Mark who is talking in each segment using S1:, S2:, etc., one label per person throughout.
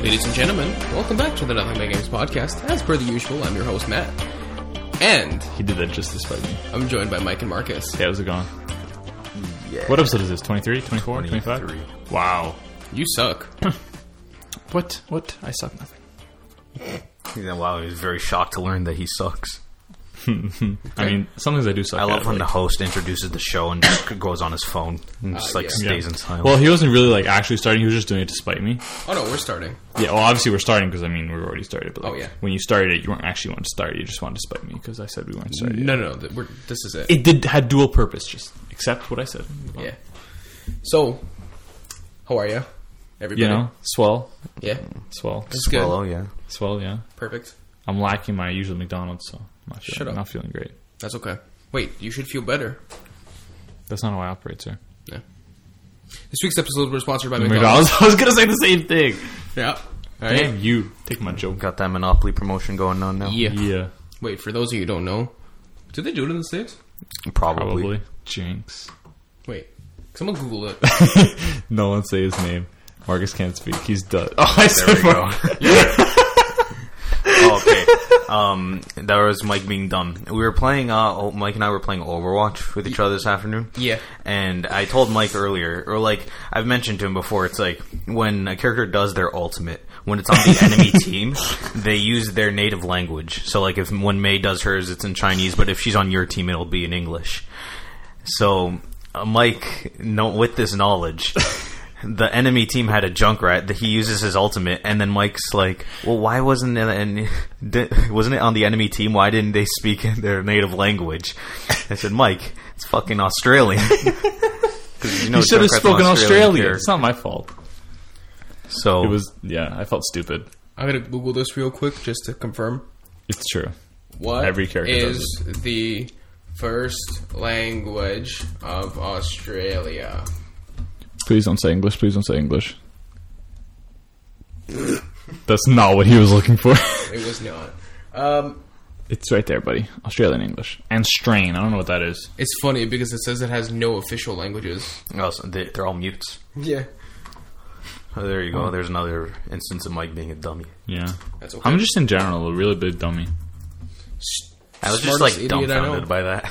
S1: Ladies and gentlemen, welcome back to the Nothing But Games podcast. As per the usual, I'm your host Matt, and
S2: He did that just despite me.
S1: I'm joined by Mike and Marcus.
S2: Hey, how's it going? What episode is this? 23, 24, 25? Wow.
S1: You suck.
S2: What? What? I suck nothing.
S3: Yeah, wow, he was very shocked to learn that he sucks.
S2: I mean, some things I do suck
S3: I love
S2: at,
S3: when the
S2: like-
S3: host introduces the show and just goes on his phone and just like
S1: yeah.
S3: stays
S2: Yeah.
S3: in silence.
S2: Well, he wasn't really like actually starting. He was just doing it to spite me.
S1: Oh no, we're starting.
S2: Yeah. Well, obviously we're starting because I mean we already started. But like,
S1: Oh, yeah.
S2: when you started it, you weren't actually wanting to start. You just wanted to spite me because I said we weren't starting.
S1: No, no, no. th- We're, this is it.
S2: It did had dual purpose. Just accept what I said.
S1: Yeah. So, how are you, everybody?
S2: You know, swell,
S1: Yeah,
S2: swell,
S1: it's good.
S3: Well, oh yeah.
S2: swell. Yeah.
S1: Perfect.
S2: I'm lacking my usual McDonald's, so I'm not, feeling,
S1: Shut up.
S2: not feeling great.
S1: That's okay. Wait, you should feel better.
S2: That's not how I operate, sir.
S1: Yeah. This week's episode was sponsored by McDonald's.
S2: McDonald's. I was gonna say the same thing.
S1: Yeah. All right.
S2: Damn you. Take my joke.
S3: Got that Monopoly promotion going on now?
S1: Yeah.
S2: Yeah,
S1: Wait, for those of you who don't know, do they do it in the states?
S3: Probably.
S2: probably. Jinx.
S1: Wait, someone Google it.
S2: No one say his name. Marcus can't speak. He's done. Oh, I
S3: There we
S2: said
S3: go.
S2: Mar-
S3: oh, okay. Um, that was Mike being done. We were playing, uh, oh, Mike and I were playing Overwatch with each other this afternoon.
S1: Yeah.
S3: And I told Mike earlier, or like, I've mentioned to him before, it's like, when a character does their ultimate, when it's on the enemy team, they use their native language. So like, if when May does hers, it's in Chinese, but if she's on your team, it'll be in English. So, uh, Mike, no, with this knowledge, the enemy team had a Junkrat that he uses his ultimate, and then Mike's like, "Well, why wasn't it? An, di- wasn't it on the enemy team? Why didn't they speak in their native language?" I said, "Mike, it's fucking Australian." 'Cause know
S2: You should have
S3: Junkrat's an
S2: spoken Australian.
S3: character.
S2: It's not my fault.
S3: So
S2: It was. Yeah, I felt stupid.
S1: I'm gonna Google this real quick just to confirm.
S2: It's true.
S1: What
S2: Every character does
S1: is the first language of Australia?
S2: Please don't say English. Please don't say English. That's not what he was looking for.
S1: It was not. Um,
S2: it's right there, buddy. Australian English and strain. I don't know what that is.
S1: it's funny because it says it has no official languages.
S3: Oh, so they, they're all mutes.
S1: Yeah,
S3: Oh, there you go. There's another instance of Mike being a dummy.
S2: Yeah,
S1: that's okay.
S2: I'm just in general a really big dummy.
S1: S-
S3: I was just
S1: smartest
S3: like
S1: idiot I know.
S3: dumbfounded by that.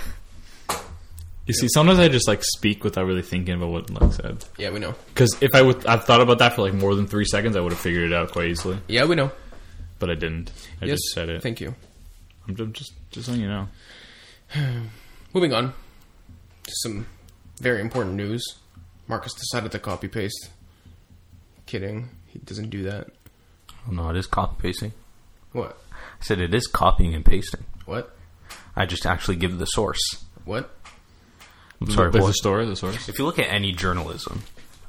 S2: You see, sometimes I just like speak without really thinking about what Luck said.
S1: Yeah, we know.
S2: Because if I would, I've thought about that for like more than three seconds, I would have figured it out quite easily.
S1: Yeah, we know.
S2: But I didn't. I
S1: yes,
S2: just said it.
S1: Thank you.
S2: I'm ju- just, just letting you know.
S1: Moving on to some very important news. Marcus decided to copy paste. Kidding. He doesn't do that.
S3: Oh, no, it is copy pasting.
S1: What?
S3: I said it is copying and pasting.
S1: What?
S3: I just actually give the source.
S1: What? Mm-hmm.
S3: I'm sorry,
S2: the, the
S3: what?
S2: store, the source.
S3: If you look at any journalism,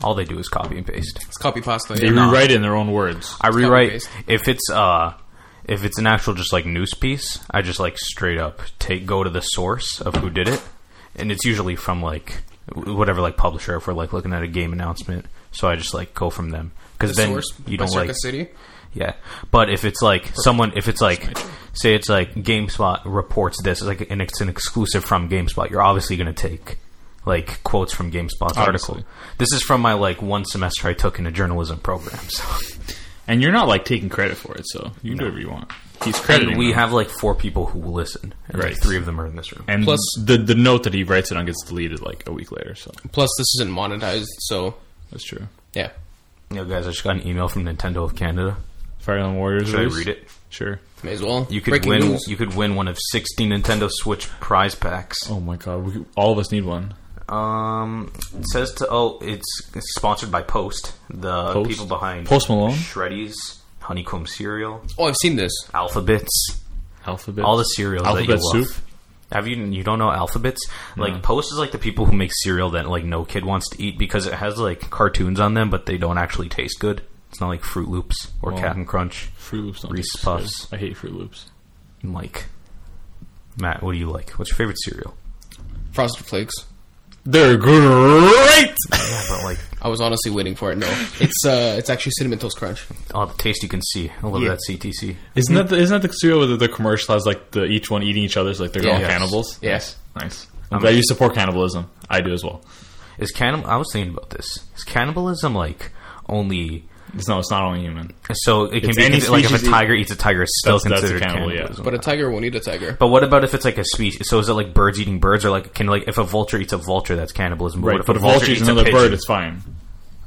S3: all they do is copy and paste.
S1: It's copy pasta.
S2: They rewrite it in their own words.
S3: I rewrite
S1: paste.
S3: if it's uh if it's an actual just like news piece, I just like straight up take go to the source of who did it, and it's usually from like wh- whatever like publisher if we're like looking at a game announcement. So I just like go from them because
S1: the
S3: then
S1: source
S3: you
S1: by
S3: don't
S1: Circa
S3: like
S1: City.
S3: Yeah, but if it's like someone, if it's like, say it's like GameSpot reports this, like, and it's an exclusive from GameSpot, you're obviously going to take like quotes from GameSpot's
S2: Obviously.
S3: article. This is from my like one semester I took in a journalism program. So
S2: And you're not like taking credit for it, so you can do whatever you want. He's crediting.
S3: and we
S2: them.
S3: have like four people who will listen, and like,
S2: Right.
S3: three of them are in this room.
S2: And
S1: Plus-
S2: plus the the note that he writes it on gets deleted like a week later. So
S1: Plus, this isn't monetized, so
S2: that's true.
S1: yeah.
S3: Yo, guys, I just got an email from Nintendo of Canada.
S2: Fire Emblem Warriors.
S3: Should I
S2: release?
S3: read it?
S2: Sure.
S1: May as well.
S3: You could
S1: Breaking
S3: win.
S1: news.
S3: You could win one of sixty Nintendo Switch prize packs.
S2: Oh my god, we, all of us need one.
S3: Um, it says to oh, it's, it's sponsored by Post, the
S2: Post?
S3: people behind
S2: Post Malone?
S3: Shreddies, Honeycomb cereal,
S1: oh, I've seen this.
S3: Alphabets,
S2: Alphabet.
S3: all the cereals
S2: Alphabet
S3: that you
S2: soup.
S3: love. Have you you don't know Alphabets? Like Post is like the people who make cereal that like no kid wants to eat because it has like cartoons on them, but they don't actually taste good. It's not like Fruit Loops or
S2: Well.
S3: Captain Crunch.
S2: Fruit Loops. Don't
S3: Reese
S2: taste good.
S3: Puffs.
S2: I hate Fruit Loops.
S3: Mike, Matt, what do you like? What's your favorite cereal?
S1: Frosted Flakes.
S2: They're great.
S3: Yeah, but like
S1: I was honestly waiting for it. No, it's uh, it's actually cinnamon toast crunch.
S3: all the taste you can see. I love
S2: Yeah.
S3: that CTC.
S2: Isn't that the, isn't that the cereal where the commercial has like the each one eating each other's like they're
S1: Yeah.
S2: all
S1: Yes.
S2: cannibals?
S1: Yes.
S2: nice. I'm glad you support cannibalism. I do as well.
S3: Is cannibal? I was thinking about this. Is cannibalism like only
S2: It's, no, it's not only human.
S3: So it can
S2: It's
S3: be
S2: any
S3: consi- like if a
S2: species eat-
S3: tiger eats a tiger, it's still
S2: That's- that's
S3: considered
S2: accountable, yeah.
S3: cannibalism.
S1: But a tiger won't eat a tiger.
S3: But what about if it's like a species? So is it like birds eating birds, or like can like if a vulture eats a vulture, that's cannibalism?
S2: Right,
S3: what if
S2: but
S3: a
S2: if vulture eats
S3: eats a
S2: another
S3: pigeon?
S2: bird, it's fine.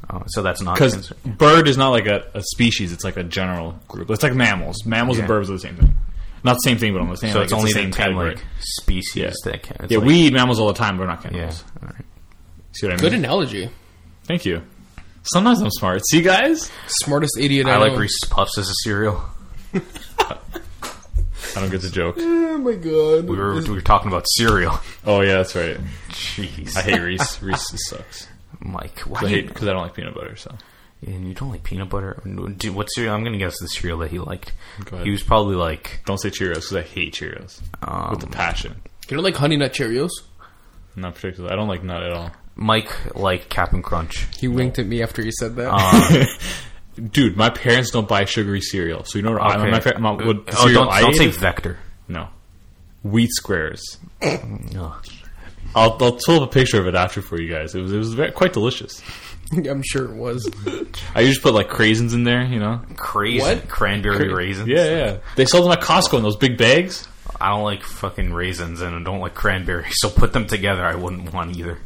S3: Oh, so that's not
S2: Because
S3: considered.
S2: bird is not like a, a species; it's like a general group. It's like mammals. Mammals and
S3: Yeah.
S2: birds are the same thing. Not the same thing, but almost. the same.
S3: So
S2: like,
S3: it's only
S2: the
S3: the
S2: same
S3: ten
S2: category.
S3: like species
S2: Yeah.
S3: that can. It's
S2: yeah,
S3: like,
S2: we eat mammals all the time, but we're not
S3: Yeah,
S2: cannibals.
S3: all right.
S2: See what I mean?
S1: Good analogy.
S2: Thank you. Sometimes I'm smart. See, guys,
S1: Smartest idiot I,
S3: I like
S1: know.
S3: Reese's Puffs as a cereal.
S2: I don't get the joke.
S1: Oh my god.
S3: We were we were talking about cereal.
S2: Oh yeah, that's right.
S3: Jeez,
S2: I hate Reese. Reese sucks.
S3: Mike. Why?
S2: I
S3: do
S2: hate
S3: you-
S2: because I don't like peanut butter. So
S3: And you don't like peanut butter? Dude, what cereal? I'm gonna guess the cereal that he liked.
S2: Go ahead.
S3: He was probably like
S2: don't say Cheerios because I hate Cheerios
S3: um,
S2: with a passion.
S1: You don't like Honey Nut Cheerios?
S2: Not particularly. I don't like nut at all.
S3: Mike liked Cap'n Crunch.
S1: He winked at me after you said that.
S2: Dude, my parents don't buy sugary cereal. So you know what? I,
S3: Okay.
S2: my, par- my, what the
S3: oh,
S2: cereal
S3: don't,
S2: I
S3: don't
S2: ate
S3: say
S2: is-
S3: Vector.
S2: no. Wheat squares.
S3: Ugh.
S2: I'll, I'll pull up a picture of it after for you guys. It was it was very, quite delicious.
S1: I'm sure it was.
S2: I usually put like craisins in there, you know.
S3: Crazy
S1: What?
S3: cranberry raisins.
S2: Yeah, yeah. They sold them at Costco in those big bags.
S3: I don't like fucking raisins and I don't like cranberries, so put them together. I wouldn't want either.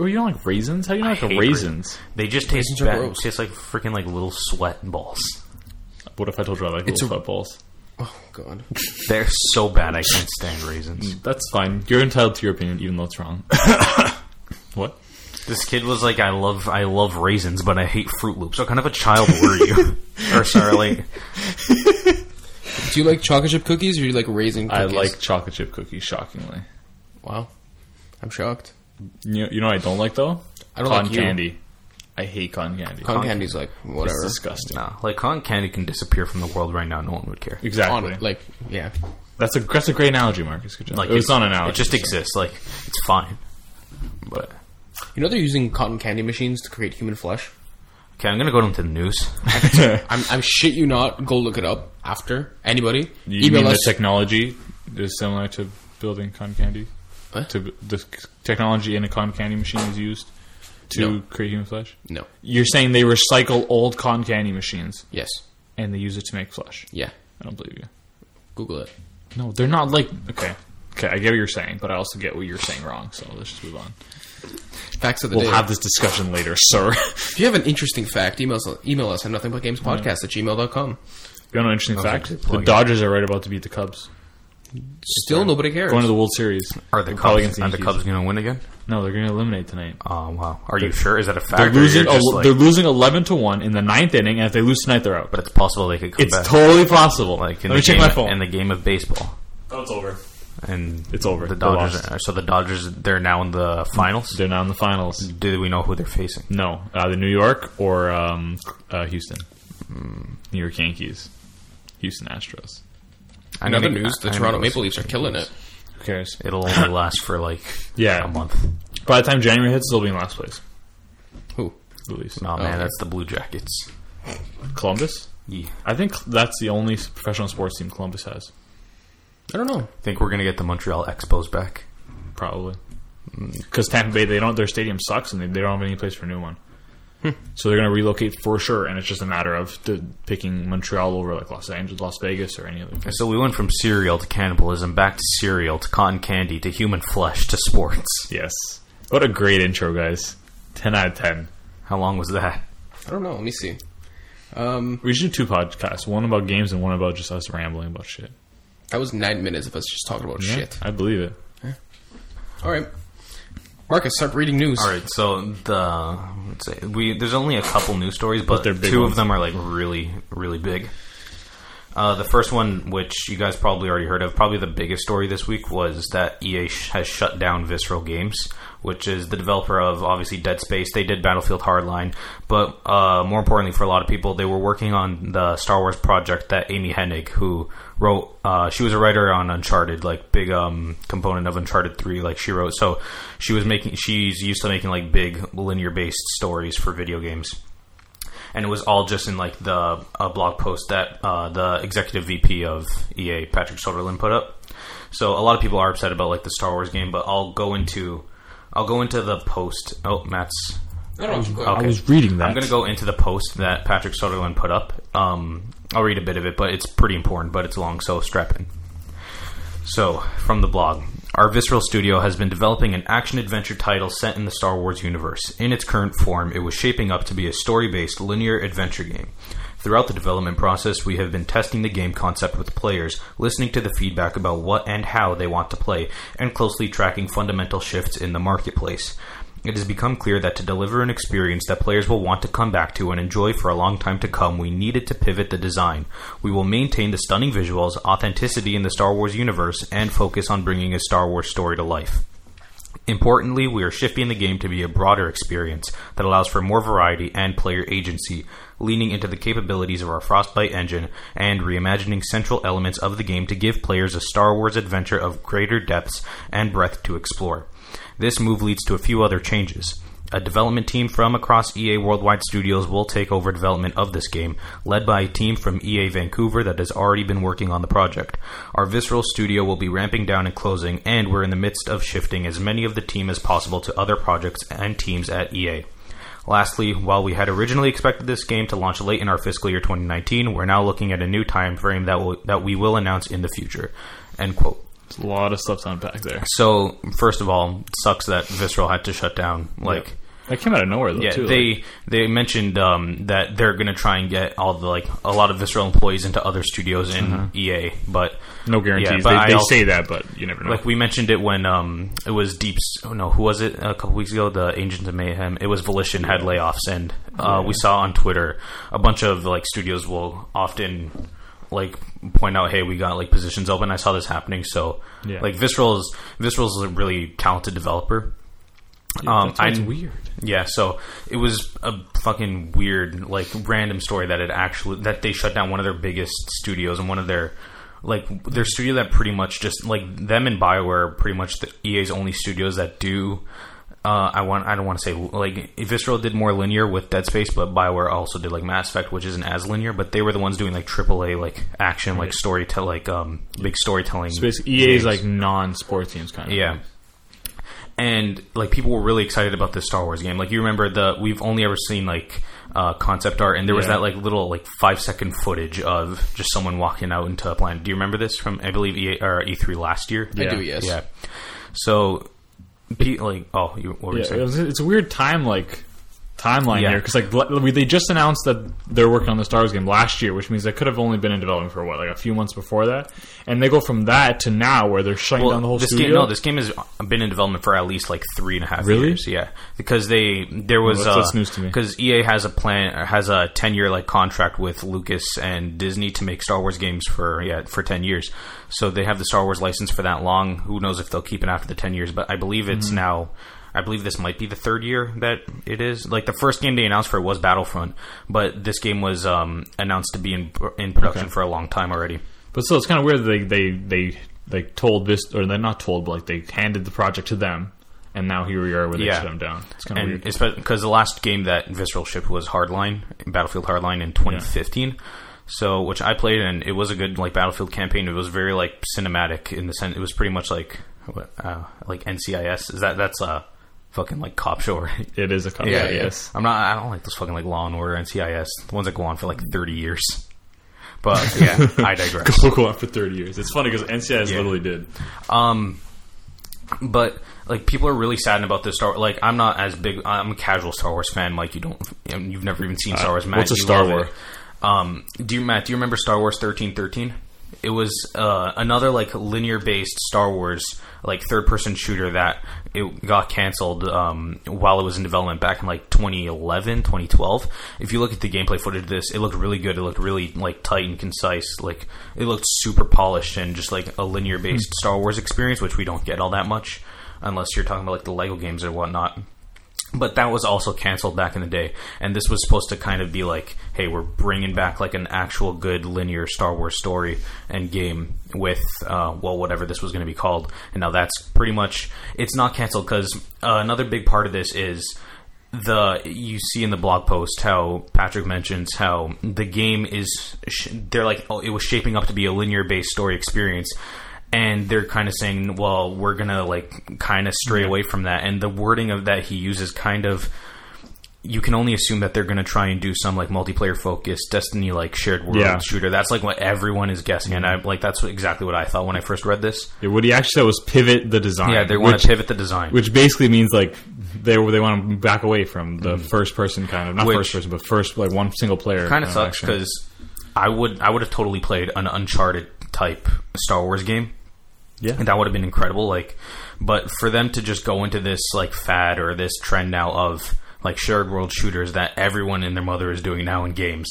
S2: Oh, you don't like raisins? How do you
S3: I
S2: not like the
S3: hate
S2: raisins?
S3: They just taste
S1: Raisins are
S3: bad.
S1: gross.
S3: Taste like freaking like little sweat balls.
S2: What if I told you I like
S1: It's
S2: little
S1: a-
S2: sweat balls?
S1: Oh god.
S3: They're so bad. I can't stand raisins.
S2: That's fine. You're entitled to your opinion, even though it's wrong. what?
S3: This kid was like, "I love, I love raisins, but I hate Fruit Loops." What kind of a child were you? or sorry, like,
S1: Do you like chocolate chip cookies or do you like raisin
S2: I
S1: cookies?
S2: like chocolate chip cookies. Shockingly,
S1: Wow. I'm shocked.
S2: you know, you know what I don't like though.
S1: I don't
S2: cotton
S1: like you.
S2: candy. I hate cotton candy.
S1: Cotton candy's like whatever.
S2: it's disgusting.
S3: no, like cotton candy can disappear from the world right now. No one would care.
S1: On
S2: Exactly.
S1: it, like yeah.
S2: that's a that's a great analogy, Marcus. Good job.
S3: Like,
S2: Like it's not an analogy.
S3: It just
S2: so-
S3: exists. Like, it's fine. But
S1: You know they're using cotton candy machines to create human flesh.
S3: okay, I'm gonna go into the news.
S1: I'm, I'm shit you not. Go look it up after anybody.
S2: You mean the technology is similar to building cotton candy?
S1: What?
S2: To b- the c- technology in a cotton candy machine is used to
S1: No.
S2: create human flesh.
S1: no.
S2: You're saying they recycle old cotton candy machines
S1: Yes.
S2: and they use it to make flesh.
S1: Yeah.
S2: I don't believe you.
S1: Google it.
S2: No, they're not like okay. Okay, I get what you're saying, but I also get what you're saying wrong. So let's just move on.
S1: Facts of the
S2: We'll
S1: day.
S2: have this discussion later, sir.
S1: if you have an interesting fact, email us, email us at nothingbutgamespodcast at gmail.com.
S2: you know, an interesting
S3: Those are
S2: fact:
S3: good
S2: the
S3: plug-in.
S2: Dodgers are right about to beat the Cubs.
S1: Still nobody cares.
S2: Going to the World Series.
S3: Are the
S2: They're probably
S3: Cubs? Are
S2: against
S3: the
S2: the
S3: Cubs
S2: Yankees.
S3: gonna win again?
S2: No, they're going to eliminate tonight.
S3: Oh wow. Are you sure? Is that a fact?
S2: They're
S3: or you're
S2: losing.
S3: just
S2: el-
S3: like-
S2: they're losing eleven to one in the ninth inning, and if they lose tonight, they're out.
S3: but it's possible they could come
S2: It's
S3: back.
S2: totally possible.
S3: like in
S2: Let
S3: the
S2: me check
S3: game,
S2: my phone.
S3: in the game of baseball.
S2: oh, it's over.
S3: And
S2: It's over.
S3: The
S2: They
S3: Dodgers.
S2: lost.
S3: Are, so the Dodgers, they're now in the finals.
S2: They're now in the finals.
S3: Do we know who they're facing?
S2: No, either New York or um, uh, Houston.
S3: Hmm.
S2: New York Yankees, Houston Astros.
S3: I'm
S1: Another
S3: gonna-
S1: news, the
S3: I'm
S1: Toronto
S3: gonna-
S1: Maple Leafs are killing it.
S2: Who cares?
S3: It'll only last for like
S2: Yeah.
S3: a month.
S2: By the time January hits, they'll be in last place.
S1: Who?
S2: The Leafs.
S3: Oh man,
S1: okay.
S3: that's the Blue Jackets.
S2: Columbus.
S3: Yeah.
S2: I think that's the only professional sports team Columbus has.
S1: I don't know.
S3: Think we're gonna get the Montreal Expos back?
S2: probably because Tampa Bay they don't their stadium sucks and they, they don't have any place for a new one. so they're going to relocate for sure, and it's just a matter of the, picking Montreal over like Los Angeles, Las Vegas, or any other. Place.
S3: So we went from cereal to cannibalism, back to cereal to cotton candy to human flesh to sports.
S2: Yes, what a great intro, guys! Ten out of ten.
S3: How long was that?
S1: I don't know. Let me see. Um,
S2: We should do two podcasts: one about games and one about just us rambling about shit.
S1: That was nine minutes of us just talking about
S2: Yeah,
S1: shit.
S2: I believe it.
S1: All right. Marcus, start reading news.
S3: All right, so the let's say we there's only a couple news stories, but,
S2: they're big
S3: two
S2: ones.
S3: of them are like really really big. Uh, the first one, which you guys probably already heard of, probably the biggest story this week was that EA sh- has shut down Visceral Games, which is the developer of obviously Dead Space. They did Battlefield Hardline, but uh, more importantly for a lot of people, they were working on the Star Wars project that Amy Hennig, who wrote, uh, she was a writer on Uncharted, like big um, component of Uncharted Three, like she wrote. So she was making, she's used to making like big linear based stories for video games and it was all just in like the a blog post that uh, the executive VP of EA, Patrick Soderlund, put up. So a lot of people are upset about like the Star Wars game, but I'll go into I'll go into the post. Oh, Matt's
S1: I don't keep going.
S2: I
S3: Okay.
S2: was reading that.
S3: I'm going to go into the post that Patrick Sutherland put up. Um, I'll read a bit of it, but it's pretty important, but it's long, so strap in. So, from the blog, our Visceral studio has been developing an action adventure title set in the Star Wars universe. In its current form, it was shaping up to be a story based linear adventure game. Throughout the development process, we have been testing the game concept with players, listening to the feedback about what and how they want to play, and closely tracking fundamental shifts in the marketplace. It has become clear that to deliver an experience that players will want to come back to and enjoy for a long time to come, we needed to pivot the design. We will maintain the stunning visuals, authenticity in the Star Wars universe, and focus on bringing a Star Wars story to life. Importantly, we are shifting the game to be a broader experience that allows for more variety and player agency, leaning into the capabilities of our Frostbite engine and reimagining central elements of the game to give players a Star Wars adventure of greater depths and breadth to explore. This move leads to a few other changes. A development team from across EA Worldwide Studios will take over development of this game, led by a team from EA Vancouver that has already been working on the project. Our Visceral studio will be ramping down and closing, and we're in the midst of shifting as many of the team as possible to other projects and teams at EA. Lastly, while we had originally expected this game to launch late in our fiscal year 2019, we're now looking at a new time frame that, will, that we will announce in the future. End quote.
S2: There's a lot of stuff to unpack there.
S3: So, first of all, sucks that Visceral had to shut down. Like,
S2: That came out of nowhere though.
S3: yeah,
S2: too.
S3: they
S2: Like,
S3: they mentioned um, that they're going to try and get all the like a lot of visceral employees into other studios in
S2: Mm-hmm.
S3: EA, but
S2: no
S3: yeah,
S2: guarantees.
S3: but I
S2: they they
S3: also-
S2: say that, but you never know.
S3: like we mentioned it when um, it was Deep. S- Oh no, who was it a couple weeks ago? The Agents of Mayhem. It was Volition had layoffs, and uh, we saw on Twitter a bunch of like studios will often like point out, "Hey, we got like positions open." I saw this happening, so
S2: Yeah.
S3: like Visceral is Visceral is a really talented developer. um,
S2: That's why it's
S3: I-
S2: weird.
S3: Yeah, so it was a fucking weird, like random story that it actually that they shut down one of their biggest studios and one of their like their studio that pretty much just like them and Bioware are pretty much the EA's only studios that do. Uh, I want. I don't want to say like Visceral did more linear with Dead Space, but Bioware also did like Mass Effect, which isn't as linear. But they were the ones doing like AAA like action, like story, like um big storytelling.
S2: So basically, EA is
S3: games.
S2: like non-sports teams kind of.
S3: Yeah. And like people were really excited about this Star Wars game. Like you remember the we've only ever seen like uh, concept art, and there was
S2: Yeah.
S3: that like little like five second footage of just someone walking out into a planet. Do you remember this from I believe E or E three last year?
S1: I
S2: Yeah.
S1: do, yes.
S3: Yeah. So, pe- like, oh, you, what were you
S2: Yeah,
S3: saying?
S2: it was- it's a weird time like timeline
S3: Yeah.
S2: there because like le- we- they just announced that they're working on the Star Wars game last year, which means they could have only been in development for what like a few months before that, and they go from that to now where they're shutting down the whole
S3: this
S2: studio.
S3: game, no, this game has been in development for at least like three and a half
S2: Really?
S3: years. Yeah, because they there was
S2: that's- that's news to me.
S3: Because EA has a plan, or has a ten year like contract with Lucas and Disney to make Star Wars games for yeah for ten years. So they have the Star Wars license for that long. Who knows if they'll keep it after the ten years? But I believe
S2: Mm-hmm.
S3: it's now. I believe this might be the third year that it is. Like the first game they announced for it was Battlefront, but this game was um, announced to be in in production for a long time already.
S2: but still, it's kind of weird that they they they like told this or they're not told, but like they handed the project to them, and now here we are where they
S3: Yeah.
S2: shut them down. It's kind of
S3: and
S2: weird.
S3: because the last game that Visceral shipped was Hardline, Battlefield Hardline in 2015. So, which I played, and it was a good like Battlefield campaign. It was very like cinematic in the sense it was pretty much like what, uh, like NCIS. Is that that's a fucking like cop show? Right?
S2: It is a copy,
S1: Yeah,
S2: yeah,
S1: yeah.
S2: yes.
S3: I'm not. I don't like those fucking like Law and Order NCIS. The ones that go on for like 30 years. But yeah, I digress.
S2: We'll go on for thirty years. It's funny because NCIS
S3: Yeah.
S2: literally did.
S3: Um, but like people are really saddened about this Star. Like I'm not as big. I'm a casual Star Wars fan. Like you don't. You've never even seen Star Wars. Matt,
S2: what's a
S3: you
S2: Star
S3: love it.
S2: War?
S3: Um, do you Matt? Do you remember Star Wars thirteen thirteen? It was uh, another like linear based Star Wars like third person shooter that it got canceled um, while it was in development back in like 2011 2012 if you look at the gameplay footage of this it looked really good it looked really like tight and concise like it looked super polished and just like a linear based Star Wars experience which we don't get all that much unless you're talking about like the Lego games or whatnot but that was also canceled back in the day and this was supposed to kind of be like hey we're bringing back like an actual good linear star wars story and game with uh, well whatever this was going to be called and now that's pretty much it's not canceled because uh, another big part of this is the you see in the blog post how Patrick mentions how the game is sh- they're like oh it was shaping up to be a linear based story experience and they're kind of saying well we're going to like kind of stray away from that and the wording of that he uses kind of you can only assume that they're going to try and do some like multiplayer focused Destiny like shared world
S2: Yeah.
S3: shooter. That's like what everyone is guessing, and I like that's exactly what I thought when I first read this.
S2: Yeah, what he actually said was pivot the design.
S3: Yeah, they want
S2: which-
S3: to pivot the design.
S2: which basically means like they they want to back away from the first person kind of not
S3: Mm-hmm. Which-
S2: first person but first like one single player
S3: kind of sucks
S2: action.
S3: because I would I would have totally played an Uncharted type Star Wars game.
S2: Yeah.
S3: and that would have been incredible. Like, but for them to just go into this like fad or this trend now of like shared world shooters that everyone and their mother is doing now in games.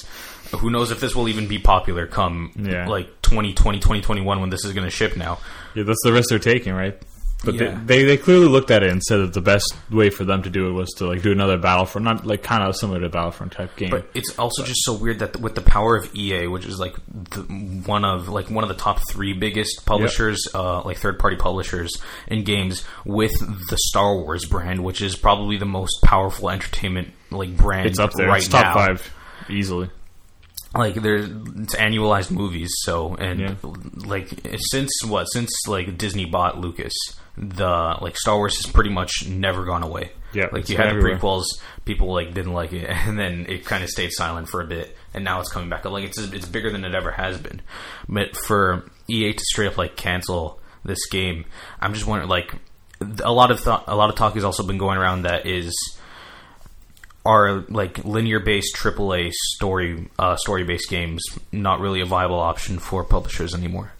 S3: Who knows if this will even be popular come
S2: Yeah.
S3: like 2020, 2021 when this is going to ship now.
S2: yeah, that's the risk they're taking right but
S3: Yeah.
S2: they, they they clearly looked at it and said that the best way for them to do it was to like do another Battlefront not like kind of similar to Battlefront type game
S3: But it's also just so weird that with the power of EA, which is like the, one of like one of the top three biggest publishers, uh, like third party publishers in games, with the Star Wars brand, which is probably the most powerful entertainment like brand
S2: it's up there
S3: right
S2: it's top
S3: now.
S2: five easily
S3: Like there's it's annualized movies, so and
S2: Yeah.
S3: like since what since like Disney bought Lucas, the like Star Wars has pretty much never gone away.
S2: Yeah,
S3: like
S2: it's
S3: you
S2: been
S3: had the
S2: everywhere.
S3: prequels, people like didn't like it, and then it kind of stayed silent for a bit, and now it's coming back up. Like it's it's bigger than it ever has been. But for EA to straight up like cancel this game, I'm just wondering like a lot of th- a lot of talk has also been going around that is are like linear based AAA story uh, story based games not really a viable option for publishers anymore.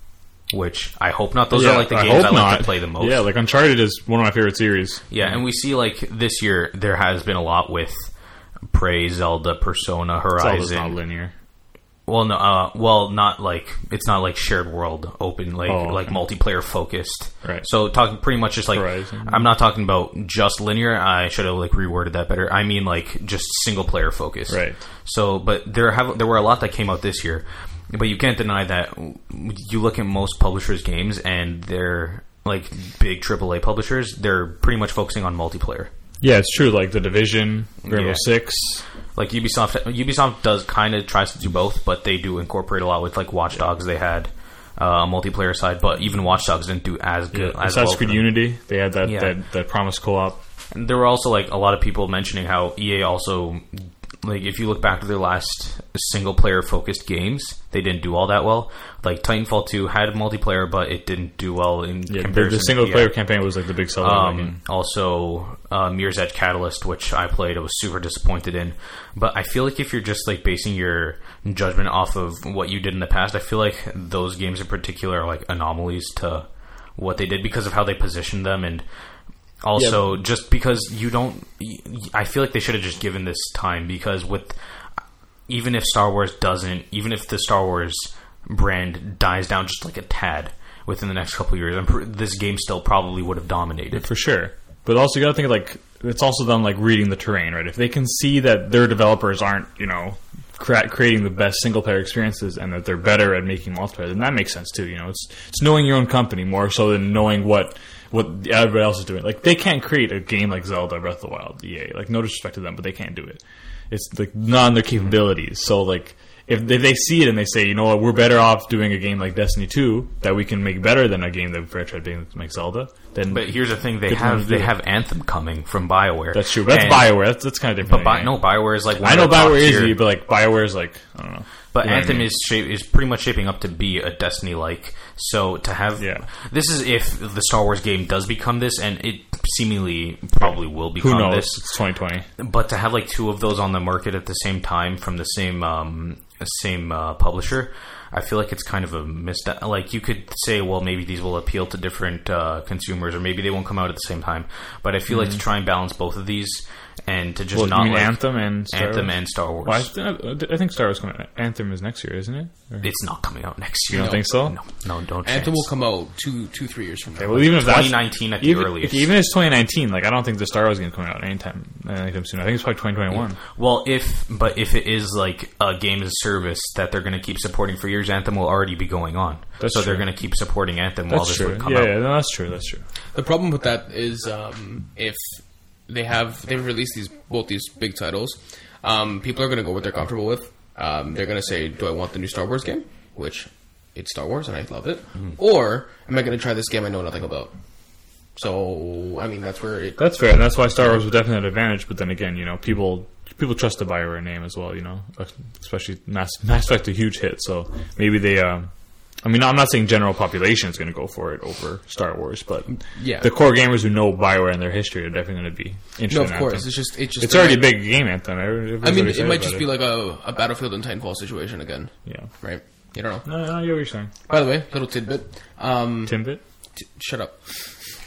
S3: Which I hope not. Those are like the games I like to play the most.
S2: yeah like Uncharted is one of my favorite series
S3: Yeah, and we see like this year there has been a lot with Prey, Zelda, Persona,
S2: Zelda's not
S3: Horizon.
S2: linear
S3: Well, no, uh, well, not like it's not like shared world, open, like
S2: Oh, okay.
S3: like multiplayer focused.
S2: Right.
S3: So talking pretty much just like
S2: Horizon.
S3: I'm not talking about just linear. I should have like reworded that better. I mean like just single player focused.
S2: Right.
S3: So, but there have there were a lot that came out this year, but you can't deny that you look at most publishers' games and they're like big AAA publishers. They're pretty much focusing on multiplayer.
S2: yeah it's true like the Division Rainbow
S3: Yeah.
S2: Six
S3: like Ubisoft Ubisoft does kind of tries to do both, but they do incorporate a lot with like Watch Dogs. They had uh, a multiplayer side, but even Watch Dogs didn't do as good. as well
S2: Assassin's
S3: for
S2: Creed
S3: them.
S2: Unity they had that
S3: Yeah.
S2: that, that promise co op
S3: And there were also like a lot of people mentioning how EA also like if you look back to their last single player focused games, they didn't do all that well. Like Titanfall two had multiplayer, but it didn't do well in
S2: yeah the,
S3: comparison. E
S2: the single
S3: Yeah.
S2: player campaign was like the big seller of that game.
S3: Um, also, uh, Mirror's Edge Catalyst, which I played, I was super disappointed in. But I feel like if you're just like basing your judgment off of what you did in the past, I feel like those games in particular are like anomalies to what they did because of how they positioned them, and also just because you don't. y- y- I feel like they should have just given this time because with even if Star Wars doesn't, even if the Star Wars brand dies down just like a tad. Within the next couple of years, I'm pr- this game still probably would have dominated.
S2: for sure. But also, you got to think like it's also them like reading the terrain, right? If they can see that their developers aren't, you know, crea- creating the best single player experiences and that they're better at making multiplayer, then that makes sense too. You know, it's it's knowing your own company more so than knowing what what everybody else is doing. Like they can't create a game like Zelda Breath of the Wild, EA. Like no disrespect to them, but they can't do it. It's like not in their capabilities. So like. If if they see it and they say, you know what, we're better off doing a game like Destiny 2 that we can make better than a game that we're trying to make Zelda, then
S3: But here's the thing: they
S2: Good time
S3: have
S2: to do
S3: they
S2: it.
S3: have Anthem coming from Bioware.
S2: That's true. But that's
S3: And-
S2: Bioware. That's, that's kind of different.
S3: But Bi-
S2: yeah.
S3: no, Bioware is like one
S2: I know
S3: of the top
S2: Bioware is
S3: tier-
S2: easy, but like Bioware is like I don't know.
S3: But
S2: You know what I
S3: Anthem
S2: mean?
S3: is shape, is pretty much shaping up to be a Destiny like. So to have
S2: Yeah.
S3: this is if the Star Wars game does become this, and it seemingly probably will
S2: who
S3: become
S2: knows?
S3: Um, this.
S2: It's 2020.
S3: But to have like two of those on the market at the same time from the same um, same uh, publisher, I feel like it's kind of a missed. Like you could say, well, maybe these will appeal to different uh, consumers, or maybe they won't come out at the same time. But I feel like to try and balance both of these and to just
S2: Mm-hmm. Well,
S3: not
S2: you mean
S3: like
S2: Anthem and Star
S3: Anthem
S2: Wars?
S3: and Star Wars.
S2: Well, I, th- I think Star Wars coming. Anthem is next year, isn't it? Or-
S3: It's not coming out next year.
S2: You don't think so?
S3: No, no, don't.
S1: Anthem will
S3: chance.
S1: come out two, two, three years from now.
S2: Well, even if that's-
S3: 2019 at the
S2: even,
S3: earliest.
S2: Even if it's 2019, like I don't think the Star Wars game coming out anytime anytime soon. I think it's probably 2021.
S3: Well, if but if it is like a game as a service that they're going to keep supporting for years, Anthem will already be going on.
S2: That's
S3: so they're
S2: true.
S3: going to keep supporting Anthem while
S2: That's
S3: this
S2: true.
S3: would come
S2: yeah,
S3: out.
S2: yeah, no, that's true. That's true.
S1: The problem with that is um, if they have they've released these both these big titles, um, people are going to go what they're comfortable with. Um, they're going to say, "Do I want the new Star Wars game?" Which it's Star Wars and I love it. Or am I going to try this game I know nothing about? So I mean, that's where it.
S2: That's fair, and that's why Star Wars was definitely an advantage. But then again, you know, people people trust the Bioware name as well, you know, especially Mass, Mass Effect's a huge hit, so maybe they. Um, I mean, I'm not saying general population is going to go for it over Star Wars, but
S1: Yeah.
S2: the core gamers who know Bioware and their history are definitely going to be interested.
S1: No, of
S2: in
S1: course.
S2: Anthem.
S1: It's just it's just
S2: It's already a big game anthem.
S1: I mean, it might just be like a, a Battlefield and Titanfall situation again,
S2: yeah.
S1: right? You don't know.
S2: No, no, you're saying
S1: By the way, little tidbit. Um,
S2: Timbit.
S1: t- shut up.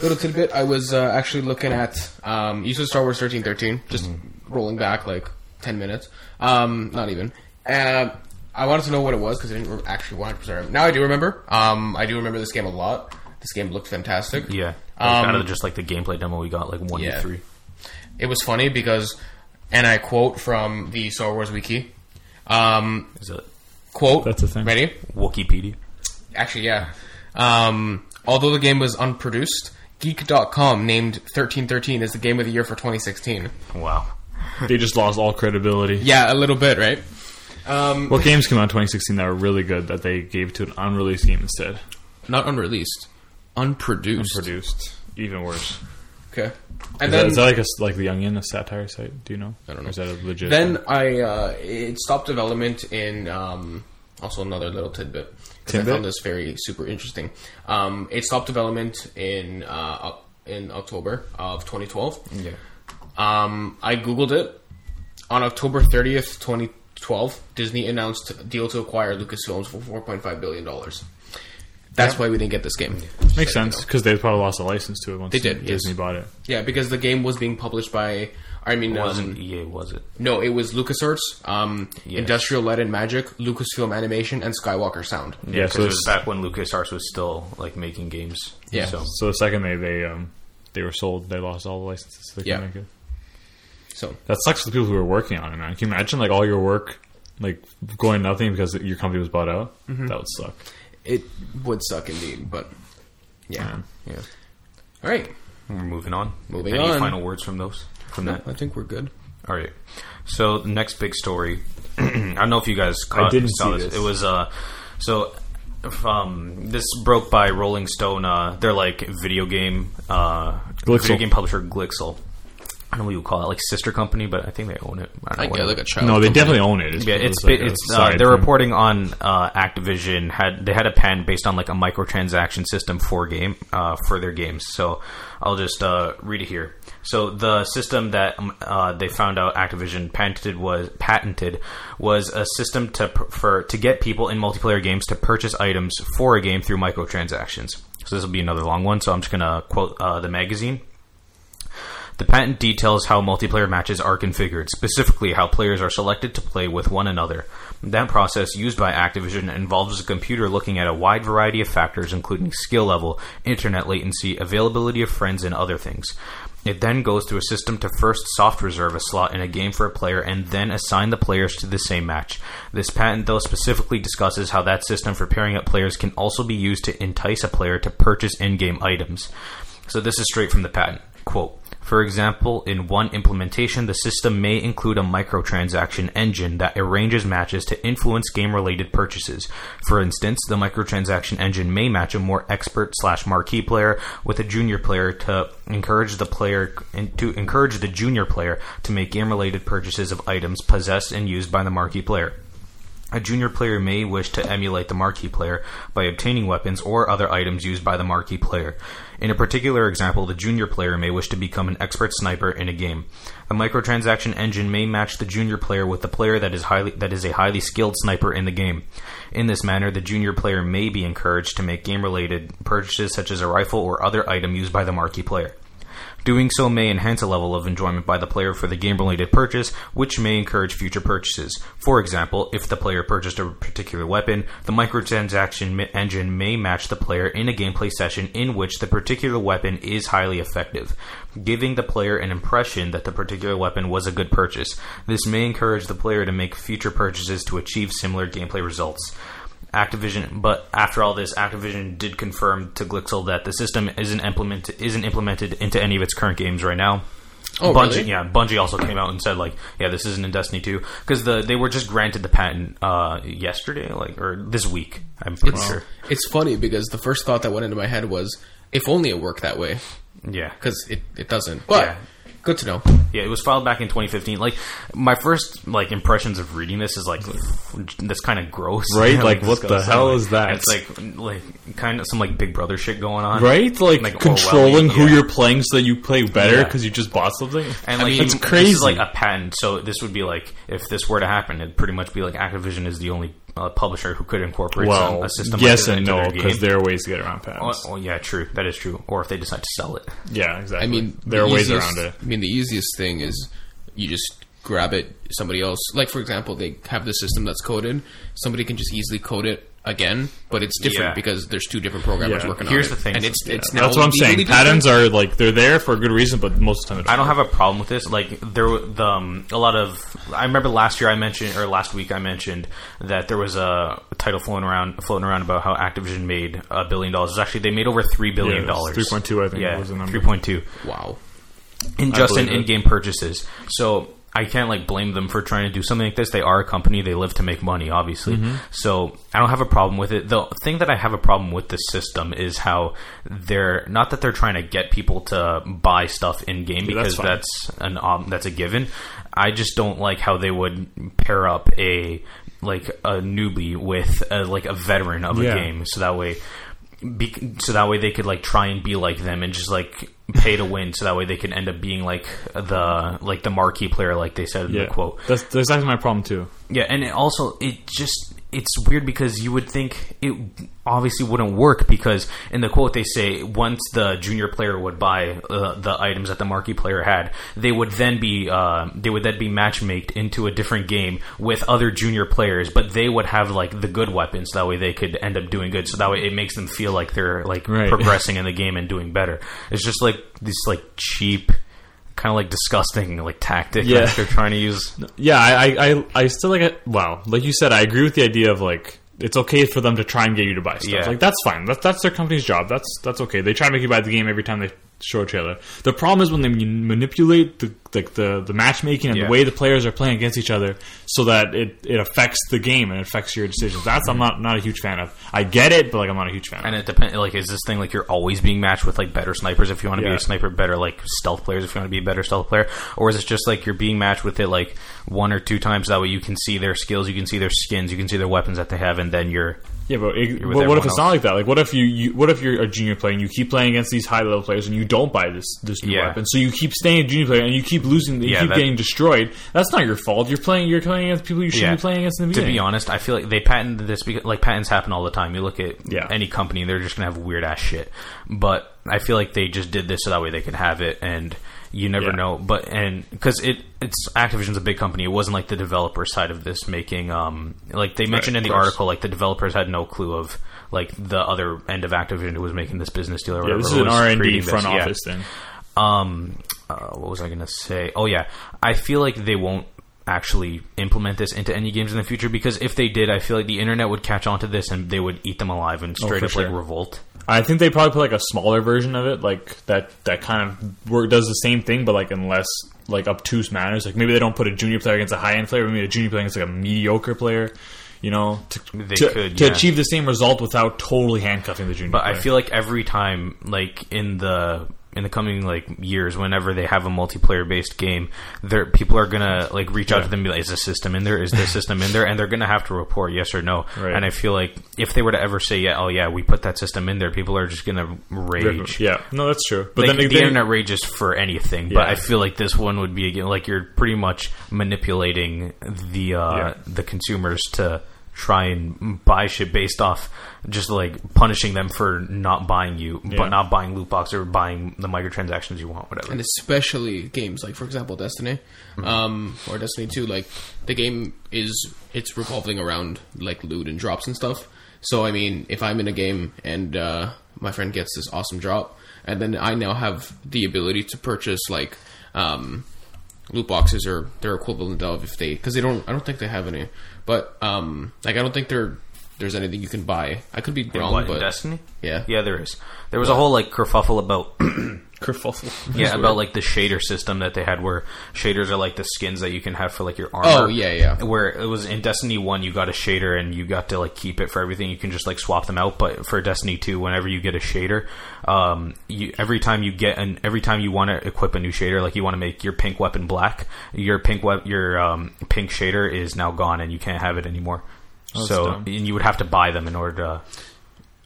S1: Little tidbit. I was uh, actually looking at. Um, you said Star Wars thirteen thirteen. Just
S2: Mm-hmm.
S1: rolling back like ten minutes. Um, not even. Um I wanted to know what it was because I didn't re- actually one hundred percent. Now I do remember. Um, I do remember this game a lot. This game looked fantastic.
S3: Yeah.
S1: Um,
S3: out of just like the gameplay demo we got, like one
S1: Yeah.
S3: to three.
S1: It was funny because, and I quote from the Star Wars wiki. Um,
S3: Is it
S1: quote.
S2: That's a thing.
S1: Ready?
S3: Wikipedia?
S1: Actually, yeah. Um, although the game was unproduced, Geek.com named 1313 as the game of the year for 2016.
S3: Wow.
S2: They just lost all credibility.
S1: Yeah, a little bit, right? Um,
S2: What games came out in 2016 that were really good that they gave to an unreleased game instead?
S1: not unreleased, unproduced.
S2: Produced. Even worse.
S1: Okay,
S2: Is,
S1: and
S2: that,
S1: then
S2: is that like a, s- like the Youngin, a satire site? Do you know? I
S1: don't know.
S2: Or is that a legit?
S1: then I uh, it stopped development in um, also another little tidbit because I
S2: Tidbit?
S1: found this very super interesting. Um, it stopped development in uh, Oc- in October of 2012.
S3: Yeah.
S1: Um, I googled it. On October 30th, 2012, Disney announced a deal to acquire Lucasfilms for 4.5 billion dollars. That's why we didn't get this game.
S2: Makes
S1: Just like, you
S2: sense because they probably lost a license to it once
S1: They did,
S2: Disney
S1: yes.
S2: bought it.
S1: know. Yeah, because the game was being published by I mean
S3: It
S1: um,
S3: wasn't EA, was it?
S1: no, it was LucasArts, um,
S3: Yeah.
S1: Industrial Light and Magic, Lucasfilm Animation and Skywalker Sound.
S2: Yeah,
S3: Because
S2: so
S3: it
S2: it's,
S3: was back when LucasArts was still like making games.
S1: Yeah.
S3: So
S2: so the second they they um they were sold, they lost all the licenses. They
S1: Yeah.
S2: couldn't make it.
S1: So,
S2: That sucks for the people who were working on it, man. Can you imagine like all your work like going nothing because your company was bought out?
S3: Mm-hmm.
S2: That would suck.
S1: it would suck indeed, but yeah.
S2: Man.
S3: yeah.
S1: All right.
S3: We're moving on.
S1: Moving
S3: Any
S1: on.
S3: final words from those? From that?
S1: I think we're good.
S3: All right. So the next big story. I don't know if you guys caught,
S2: didn't
S3: saw
S2: see
S3: this.
S2: this.
S3: It was uh, so um, this broke by Rolling Stone. Uh, they're like video game uh,
S2: Glixel.
S3: video game publisher Glixel. I don't know what you call it, like sister company, but I think they own it. I don't know
S1: I
S3: what
S1: get
S3: it-
S1: like a child.
S2: No, they
S1: company.
S2: definitely own it. It's,
S3: yeah, it's
S2: like
S3: bi-
S2: a
S3: it's uh,
S2: side
S3: they're
S2: thing.
S3: reporting on uh, Activision had they had a patent based on like a microtransaction system for game uh, for their games. So I'll just uh, read it here. So the system that um, uh, they found out Activision patented was patented was a system to pr- for to get people in multiplayer games to purchase items for a game through microtransactions. So this will be another long one. So I'm just gonna quote uh, the magazine. The patent details how multiplayer matches are configured, specifically how players are selected to play with one another. That process used by Activision involves a computer looking at a wide variety of factors, including skill level, internet latency, availability of friends, and other things. It then goes through a system to first soft reserve a slot in a game for a player and then assign the players to the same match. This patent, though, specifically discusses how that system for pairing up players can also be used to entice a player to purchase in game items. So this is straight from the patent. Quote For example, in one implementation, the system may include a microtransaction engine that arranges matches to influence game related purchases. For instance, the microtransaction engine may match a more expert slash marquee player with a junior player to encourage the player to encourage the junior player to make game related purchases of items possessed and used by the marquee player. A junior player may wish to emulate the marquee player by obtaining weapons or other items used by the marquee player. In a particular example, the junior player may wish to become an expert sniper in a game. The microtransaction engine may match the junior player with the player that is highly that is a highly skilled sniper in the game. In this manner, the junior player may be encouraged to make game-related purchases such as a rifle or other item used by the marquee player. Doing so may enhance a level of enjoyment by the player for the game related purchase, which may encourage future purchases. For example, if the player purchased a particular weapon, the microtransaction mi- engine may match the player in a gameplay session in which the particular weapon is highly effective, giving the player an impression that the particular weapon was a good purchase. This may encourage the player to make future purchases to achieve similar gameplay results. Activision, but after all this, Activision did confirm to Glixel that the system isn't implemented isn't implemented into any of its current games right now.
S1: Oh,
S3: Bungie,
S1: really?
S3: yeah, Bungie also came out and said like, yeah, this isn't in Destiny two because the they were just granted the patent uh, yesterday, like or this week. I'm pretty
S1: It's,
S3: sure.
S1: it's funny because the first thought that went into my head was if only it worked that way
S3: Yeah,
S1: because it, it doesn't. But
S3: Yeah.
S1: Good to know.
S3: Yeah, it was filed back in 2015. Like my first like impressions of reading this is like this kind of gross,
S2: Right? Like, what the
S3: disgusting.
S2: hell is that?
S3: It's like like kind of some like Big Brother shit going on,
S2: Right? Like,
S3: Like
S2: controlling
S3: Orwellian,
S2: who
S3: yeah.
S2: you're playing so that you play better
S3: Yeah.
S2: because you just bought something.
S3: And like
S1: mean,
S3: even-
S1: it's
S3: This
S2: crazy.
S3: is like a patent, so this would be like if this were to happen, it'd pretty much be like Activision is the only uh, publisher who could incorporate some,
S2: Well,
S3: a system.
S2: yes
S3: like
S2: and
S3: this
S2: no,
S3: into their
S2: because
S3: game.
S2: there are ways to get around
S3: Oh,
S2: patents.
S3: oh, yeah, true. That is true. Or if they decide to sell it,
S2: Yeah, exactly.
S1: I mean,
S2: there
S1: the
S2: are ways
S1: easiest-
S2: around it.
S1: I mean, the easiest thing is you just grab it. Somebody else, like for example, they have the system that's coded. Somebody can just easily code it again, but it's different
S3: Yeah.
S1: because there's two different programmers
S2: Yeah.
S1: working
S3: Here's
S1: on it.
S3: the thing.
S1: and it's it's now
S2: That's what I'm saying.
S1: legally
S2: Patents are like they're there for a good reason, but most of the time
S3: I don't have a problem with this. Like there, were- the um, a lot of. I remember last year I mentioned, or last week I mentioned that there was a title floating around, floating around about how Activision made a billion dollars. Actually, they made over three billion
S2: Yeah, it was
S3: dollars.
S2: 3.2, I think,
S3: Yeah,
S2: was the number.
S3: three point two.
S1: different. Wow.
S3: in just in
S2: believe it.
S3: in-game purchases. So I can't like blame them for trying to do something like this. They are a company; they live to make money, obviously.
S2: Mm-hmm.
S3: So I don't have a problem with it. The thing that I have a problem with this system is how they're not that they're trying to get people to buy stuff in game
S2: that's
S3: because
S2: fine.
S3: that's, an ob that's a given. I just don't like how they would pair up a like a newbie with a, like a veteran of
S2: Yeah.
S3: a game, so that way be- so that way they could like try and be like them and just like pay to win so that way they can end up being like the like the marquee player like they said in
S2: yeah.
S3: the quote
S2: That's that's actually my problem too.
S3: yeah and it also it just it's weird because you would think it obviously wouldn't work because in the quote they say once the junior player would buy uh, the items that the marquee player had they would then be uh, they would then be matchmaked into a different game with other junior players but they would have like the good weapons that way they could end up doing good so that way it makes them feel like they're like
S2: Right.
S3: progressing in the game and doing better it's just like this like cheap kind of like disgusting like tactic
S2: Yeah.
S3: that they're trying to use
S2: Yeah, I I, I, I still like it. Wow, like you said, I agree with the idea of like it's okay for them to try and get you to buy stuff.
S3: Yeah.
S2: Like that's fine. That's that's their company's job. That's that's okay. They try to make you buy the game every time they show a trailer. The problem is when they man- manipulate the like the, the matchmaking and
S3: Yeah.
S2: the way the players are playing against each other so that it, it affects the game and it affects your decisions. That's I'm not not a huge fan of. I get it, but like I'm not a huge fan. of.
S3: And it depends. Like, is this thing like you're always being matched with like better snipers if you want to be
S2: Yeah.
S3: a sniper, better like stealth players if you want to be a better stealth player, or is it just like you're being matched with it like one or two times? That way you can see their skills, you can see their skins, you can see their weapons that they have, and then you're
S2: Yeah, but, it, but
S3: with
S2: what if
S3: everyone
S2: it's not like that? Like, what if you, you what if you're a junior player and you keep playing against these high level players and you don't buy this this new
S3: Yeah.
S2: weapon, so you keep staying a junior player and you keep losing, you
S3: Yeah,
S2: keep
S3: that-
S2: getting destroyed. That's not your fault. You're playing you're playing against people you shouldn't
S3: Yeah.
S2: be playing against in the
S3: To
S2: beginning.
S3: be honest, I feel like they patented this because like patents happen all the time. You look at
S2: Yeah.
S3: any company, they're just gonna have weird ass shit. But I feel like they just did this so that way they could have it, and you never
S2: Yeah.
S3: know. But and because it it's Activision's a big company, it wasn't like the developer side of this making um like they mentioned
S2: Right,
S3: in the
S2: of course.
S3: article like the developers had no clue of like the other end of Activision who was making this business deal or
S2: yeah,
S3: whatever.
S2: this is
S3: who
S2: an
S3: was
S2: R and D
S3: creating this.
S2: front
S3: Yeah
S2: office thing.
S3: um uh, what was i gonna say oh yeah i feel like they won't actually implement this into any games in the future because if they did i feel like the internet would catch on to this and they would eat them alive and straight
S2: Oh, for
S3: up like
S2: sure.
S3: revolt
S2: I think they probably put like a smaller version of it, like that that kind of work does the same thing, but like in less like obtuse manners. Like maybe they don't put a junior player against a high end player, maybe a junior player against like a mediocre player. You know, to,
S3: They
S2: to,
S3: could,
S2: to
S3: yeah.
S2: achieve the same result without totally handcuffing the junior.
S3: but
S2: player.
S3: i feel like every time like in the in the coming like years whenever they have a multiplayer based game there people are gonna like reach out to them and be like is this system in there is this system in there and they're gonna have to report yes or no
S2: Right.
S3: and i feel like if they were to ever say yeah oh yeah we put that system in there people are just gonna rage
S2: Yeah, no, that's true. But
S3: But
S2: then
S3: the
S2: again,
S3: internet rages for anything, but
S2: Yeah.
S3: I feel like this one would be again like you're pretty much manipulating the uh,
S2: Yeah.
S3: the consumers to try and buy shit based off just like punishing them for not buying you,
S2: Yeah.
S3: but not buying loot box or buying the microtransactions you want, whatever.
S1: and especially games like for example destiny um, or destiny 2 like the game is it's revolving around like loot and drops and stuff so i mean if i'm in a game and uh, my friend gets this awesome drop and then i now have the ability to purchase like um, loot boxes or their equivalent of if they because they don't i don't think they have any but um like i don't think there there's anything you can buy i could be wrong
S3: what, in
S1: but
S3: Destiny?
S1: yeah
S3: Yeah, there is. There was a whole like kerfuffle about
S2: kerfuffle.
S3: Yeah, about like the shader system that they had, where shaders are like the skins that you can have for like your
S1: Oh,
S3: armor.
S1: yeah, yeah.
S3: Where it was in Destiny One, you got a shader and you got to like keep it for everything. You can just like swap them out. But for Destiny Two, whenever you get a shader, um, you every time you get an every time you want to equip a new shader, like you want to make your pink weapon black, your pink wep- your um, pink shader is now gone and you can't have it anymore.
S2: Oh, that's
S3: so
S2: dumb.
S3: and you would have to buy them in order to.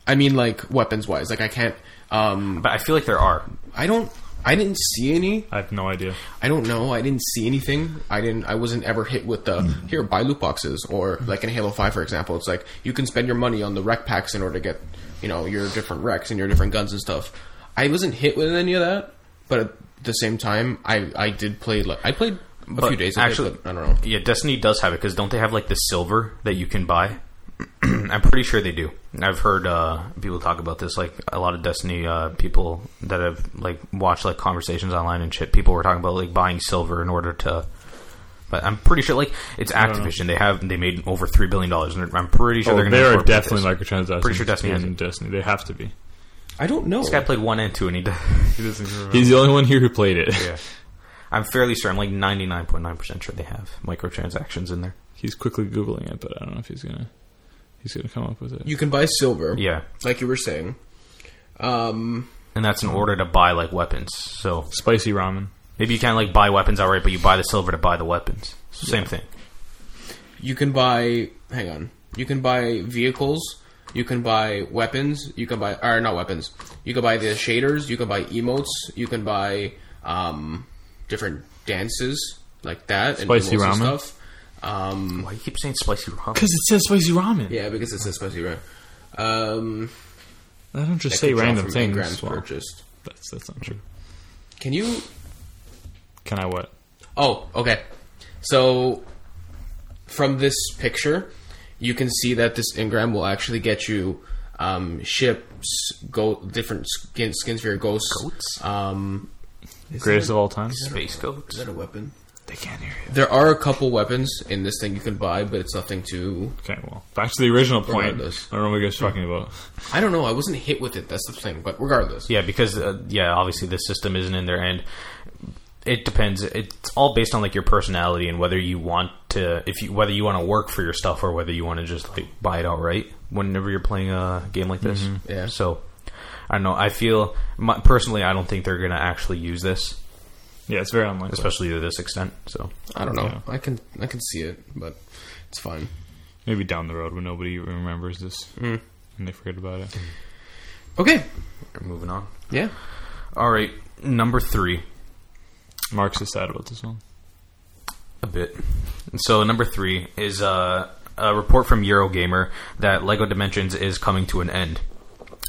S1: I mean, like weapons wise, like I can't. Um,
S3: But I feel like there are.
S1: I don't. I didn't see any.
S2: I have no idea.
S1: I don't know. I didn't see anything. I didn't. I wasn't ever hit with the here buy loot boxes or like in Halo Five, for example. It's like you can spend your money on the rec packs in order to get you know your different recs and your different guns and stuff. I wasn't hit with any of that, but at the same time, I I did play. Like, I played a few days. ago,
S3: actually-
S1: but I don't know.
S3: Yeah, Destiny does have it because don't they have like the silver that you can buy? I'm pretty sure they do. I've heard uh, people talk about this. Like a lot of Destiny uh, people that have like watched like conversations online and shit. People were talking about like buying silver in order to. But I'm pretty sure like it's Activision. They have they made over three billion dollars, and I'm pretty sure
S2: Oh,
S3: they're going
S2: there
S3: to.
S2: are definitely microtransactions.
S3: Pretty sure Destiny has
S2: in Destiny. They have to be.
S1: I don't know.
S3: This guy played one and two, and he. Did.
S2: He doesn't. He's the only one here who played it.
S3: yeah. I'm fairly sure. I'm like 99.9 percent sure they have microtransactions in there.
S2: He's quickly googling it, but I don't know if he's gonna. He's gonna come up with it.
S1: You can buy silver.
S3: Yeah,
S1: like you were saying. Um,
S3: and that's in
S2: Hmm.
S3: order to buy like weapons. So
S2: Spicy ramen.
S3: Maybe you can't like buy weapons outright, but you buy the silver to buy the weapons. Same thing.
S1: you can buy. Hang on. You can buy vehicles. You can buy weapons. You can buy or not weapons. You can buy the shaders. You can buy emotes. You can buy um, different dances like that.
S2: Spicy
S1: and emotes
S2: ramen?
S1: And stuff. Um,
S3: Why do you keep saying spicy ramen?
S2: Because it says spicy ramen.
S1: yeah, because it says spicy ramen. Um,
S2: I don't just
S1: that
S2: say
S1: can draw
S2: random
S1: from
S2: things.
S1: Ingram's
S2: Well,
S1: purchased.
S2: that's that's not true.
S1: Can you
S2: Can I what?
S1: Oh, okay. So from this picture, you can see that this Ingram will actually get you um, ships, go different skin, skins for your ghosts.
S3: Goats?
S1: Um, is
S2: Greatest
S1: that
S2: of all time.
S3: Space goats.
S1: a weapon?
S2: They can't hear you.
S1: There are a couple weapons in this thing you can buy, but it's nothing too.
S2: Okay, well, back to the original point. I
S1: Regardless.
S2: don't know what you guys were talking about.
S1: I don't know. I wasn't hit with it. That's the thing. But regardless,
S3: Yeah, because uh, yeah, obviously the system isn't in there, and it depends. It's all based on like your personality and whether you want to, if you whether you want to work for your stuff or whether you want to just like buy it outright. Whenever you're playing a game like this,
S1: Yeah.
S3: So I don't know. I feel my, personally, I don't think they're gonna actually use this,
S2: Yeah, it's very unlikely.
S3: especially to this extent. So
S1: I don't know.
S2: Yeah.
S1: I can I can see it, but it's fine.
S2: Maybe down the road when nobody remembers this and they forget about it.
S1: Okay.
S3: moving on.
S1: Yeah.
S3: All right, number three.
S2: Mark's is sad about this one.
S3: A bit. So number three is uh, a report from Eurogamer that Lego Dimensions is coming to an end.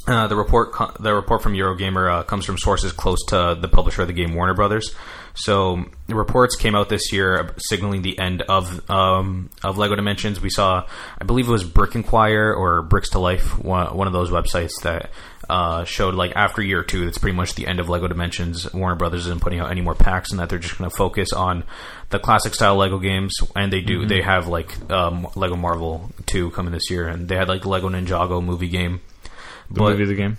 S3: Uh, the report, co- the report from Eurogamer uh, comes from sources close to the publisher of the game, Warner Brothers. So the reports came out this year uh, signaling the end of um, of Lego Dimensions. We saw, I believe it was Brick Inquire or Bricks to Life, one, one of those websites that uh, showed like after year two, that's pretty much the end of Lego Dimensions. Warner Brothers isn't putting out any more packs, and that they're just going to focus on the classic style Lego games. And they do, they have like um, Lego Marvel two coming this year, and they had like Lego Ninjago movie game.
S2: The
S3: But-
S2: movie, the game.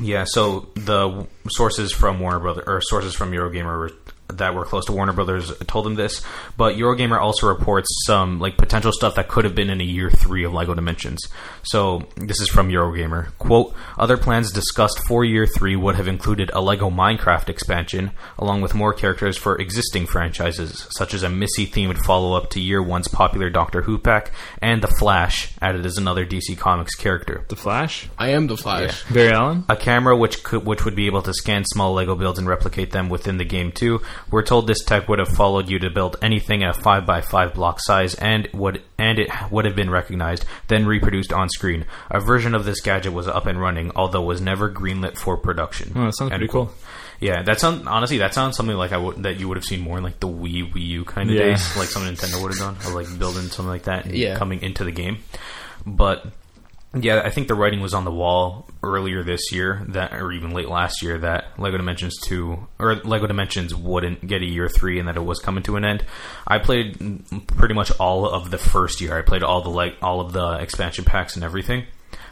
S3: yeah, so the w- sources from Warner Brothers or sources from Eurogamer were, that were close to Warner Brothers told them this, but Eurogamer also reports some like potential stuff that could have been in a year 3 of LEGO Dimensions. So, this is from Eurogamer. Quote, other plans discussed for year 3 would have included a LEGO Minecraft expansion along with more characters for existing franchises such as a Missy themed follow-up to year 1's popular Doctor Who pack and The Flash added as another DC Comics character.
S2: The Flash?
S1: I am the Flash.
S2: Barry Allen?
S3: A camera which could, which would be able to scan small Lego builds and replicate them within the game too. We're told this tech would have followed you to build anything at a five by five block size and would and it would have been recognized, then reproduced on screen. A version of this gadget was up and running, although was never greenlit for production.
S2: Oh, that sounds
S3: End
S2: pretty
S3: quote.
S2: cool.
S3: Yeah, that sounds honestly that sounds something like I would that you would have seen more in like the Wii Wii U kind of
S2: Yeah.
S3: days, E like some Nintendo would have done, of like building something like that and
S1: Yeah.
S3: coming into the game. But yeah, I think the writing was on the wall earlier this year that, or even late last year, that Lego Dimensions two or Lego Dimensions wouldn't get a year three, and that it was coming to an end. I played mm, pretty much all of the first year. I played all the like all of the expansion packs and everything.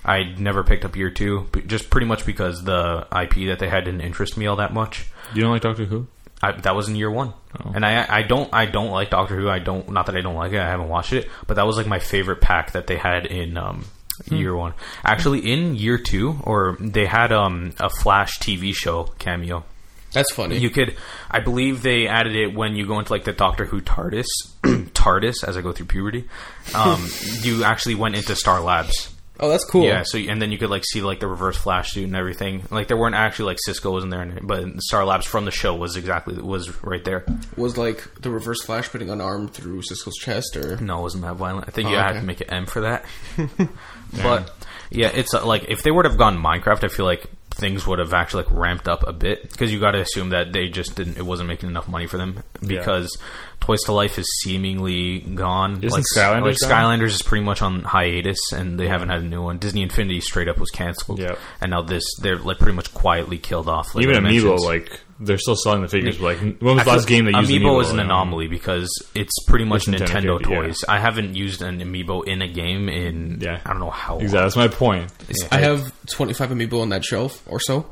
S3: I never picked up year two, b- just pretty much because the IP that they had didn't interest me all that much.
S2: You don't like Doctor Who?
S3: I, that was in year one,
S2: Oh.
S3: and I I don't I don't like Doctor Who. I don't not that I don't like it. I haven't watched it, but that was like my favorite pack that they had in um, year one. Actually, in year two, or they had um, a Flash TV show cameo.
S1: That's funny.
S3: You could, I believe they added it when you go into like the Doctor Who TARDIS, TARDIS as I go through puberty. Um, you actually went into Star Labs.
S1: oh, that's cool.
S3: Yeah, so and then you could like see like the reverse flash suit and everything. Like there weren't actually like Cisco wasn't there, and- but Star Labs from the show was exactly was right there.
S1: Was like the reverse flash putting an arm through Cisco's chest, or
S3: No, it wasn't that violent. I think
S1: Oh,
S3: you had
S1: okay.
S3: to make an M for that. but yeah, it's uh, like if they would have gone Minecraft, I feel like things would have actually like ramped up a bit because you got to assume that they just didn't. It wasn't making enough money for them because Toys to Life is seemingly gone.
S2: Isn't
S3: like
S2: Skylanders
S3: like,
S2: gone?
S3: Skylanders is pretty much on hiatus, and they haven't had a new one. Disney Infinity straight up was canceled.
S2: Yep.
S3: and now this they're like pretty much quietly killed off. Like,
S2: Even Amiibo,
S3: Dimensions.
S2: like they're still selling the figures. But like, when was the last game they used
S3: Amiibo,
S2: Amiibo?
S3: is an
S2: you know?
S3: anomaly because it's pretty much
S2: It's Nintendo
S3: Nintendo,
S2: game, yeah.
S3: toys. I haven't used an Amiibo in a game in
S2: Yeah.
S3: I don't know how long.
S2: Exactly. That's my point.
S1: I have 25 amiibo on that shelf or so.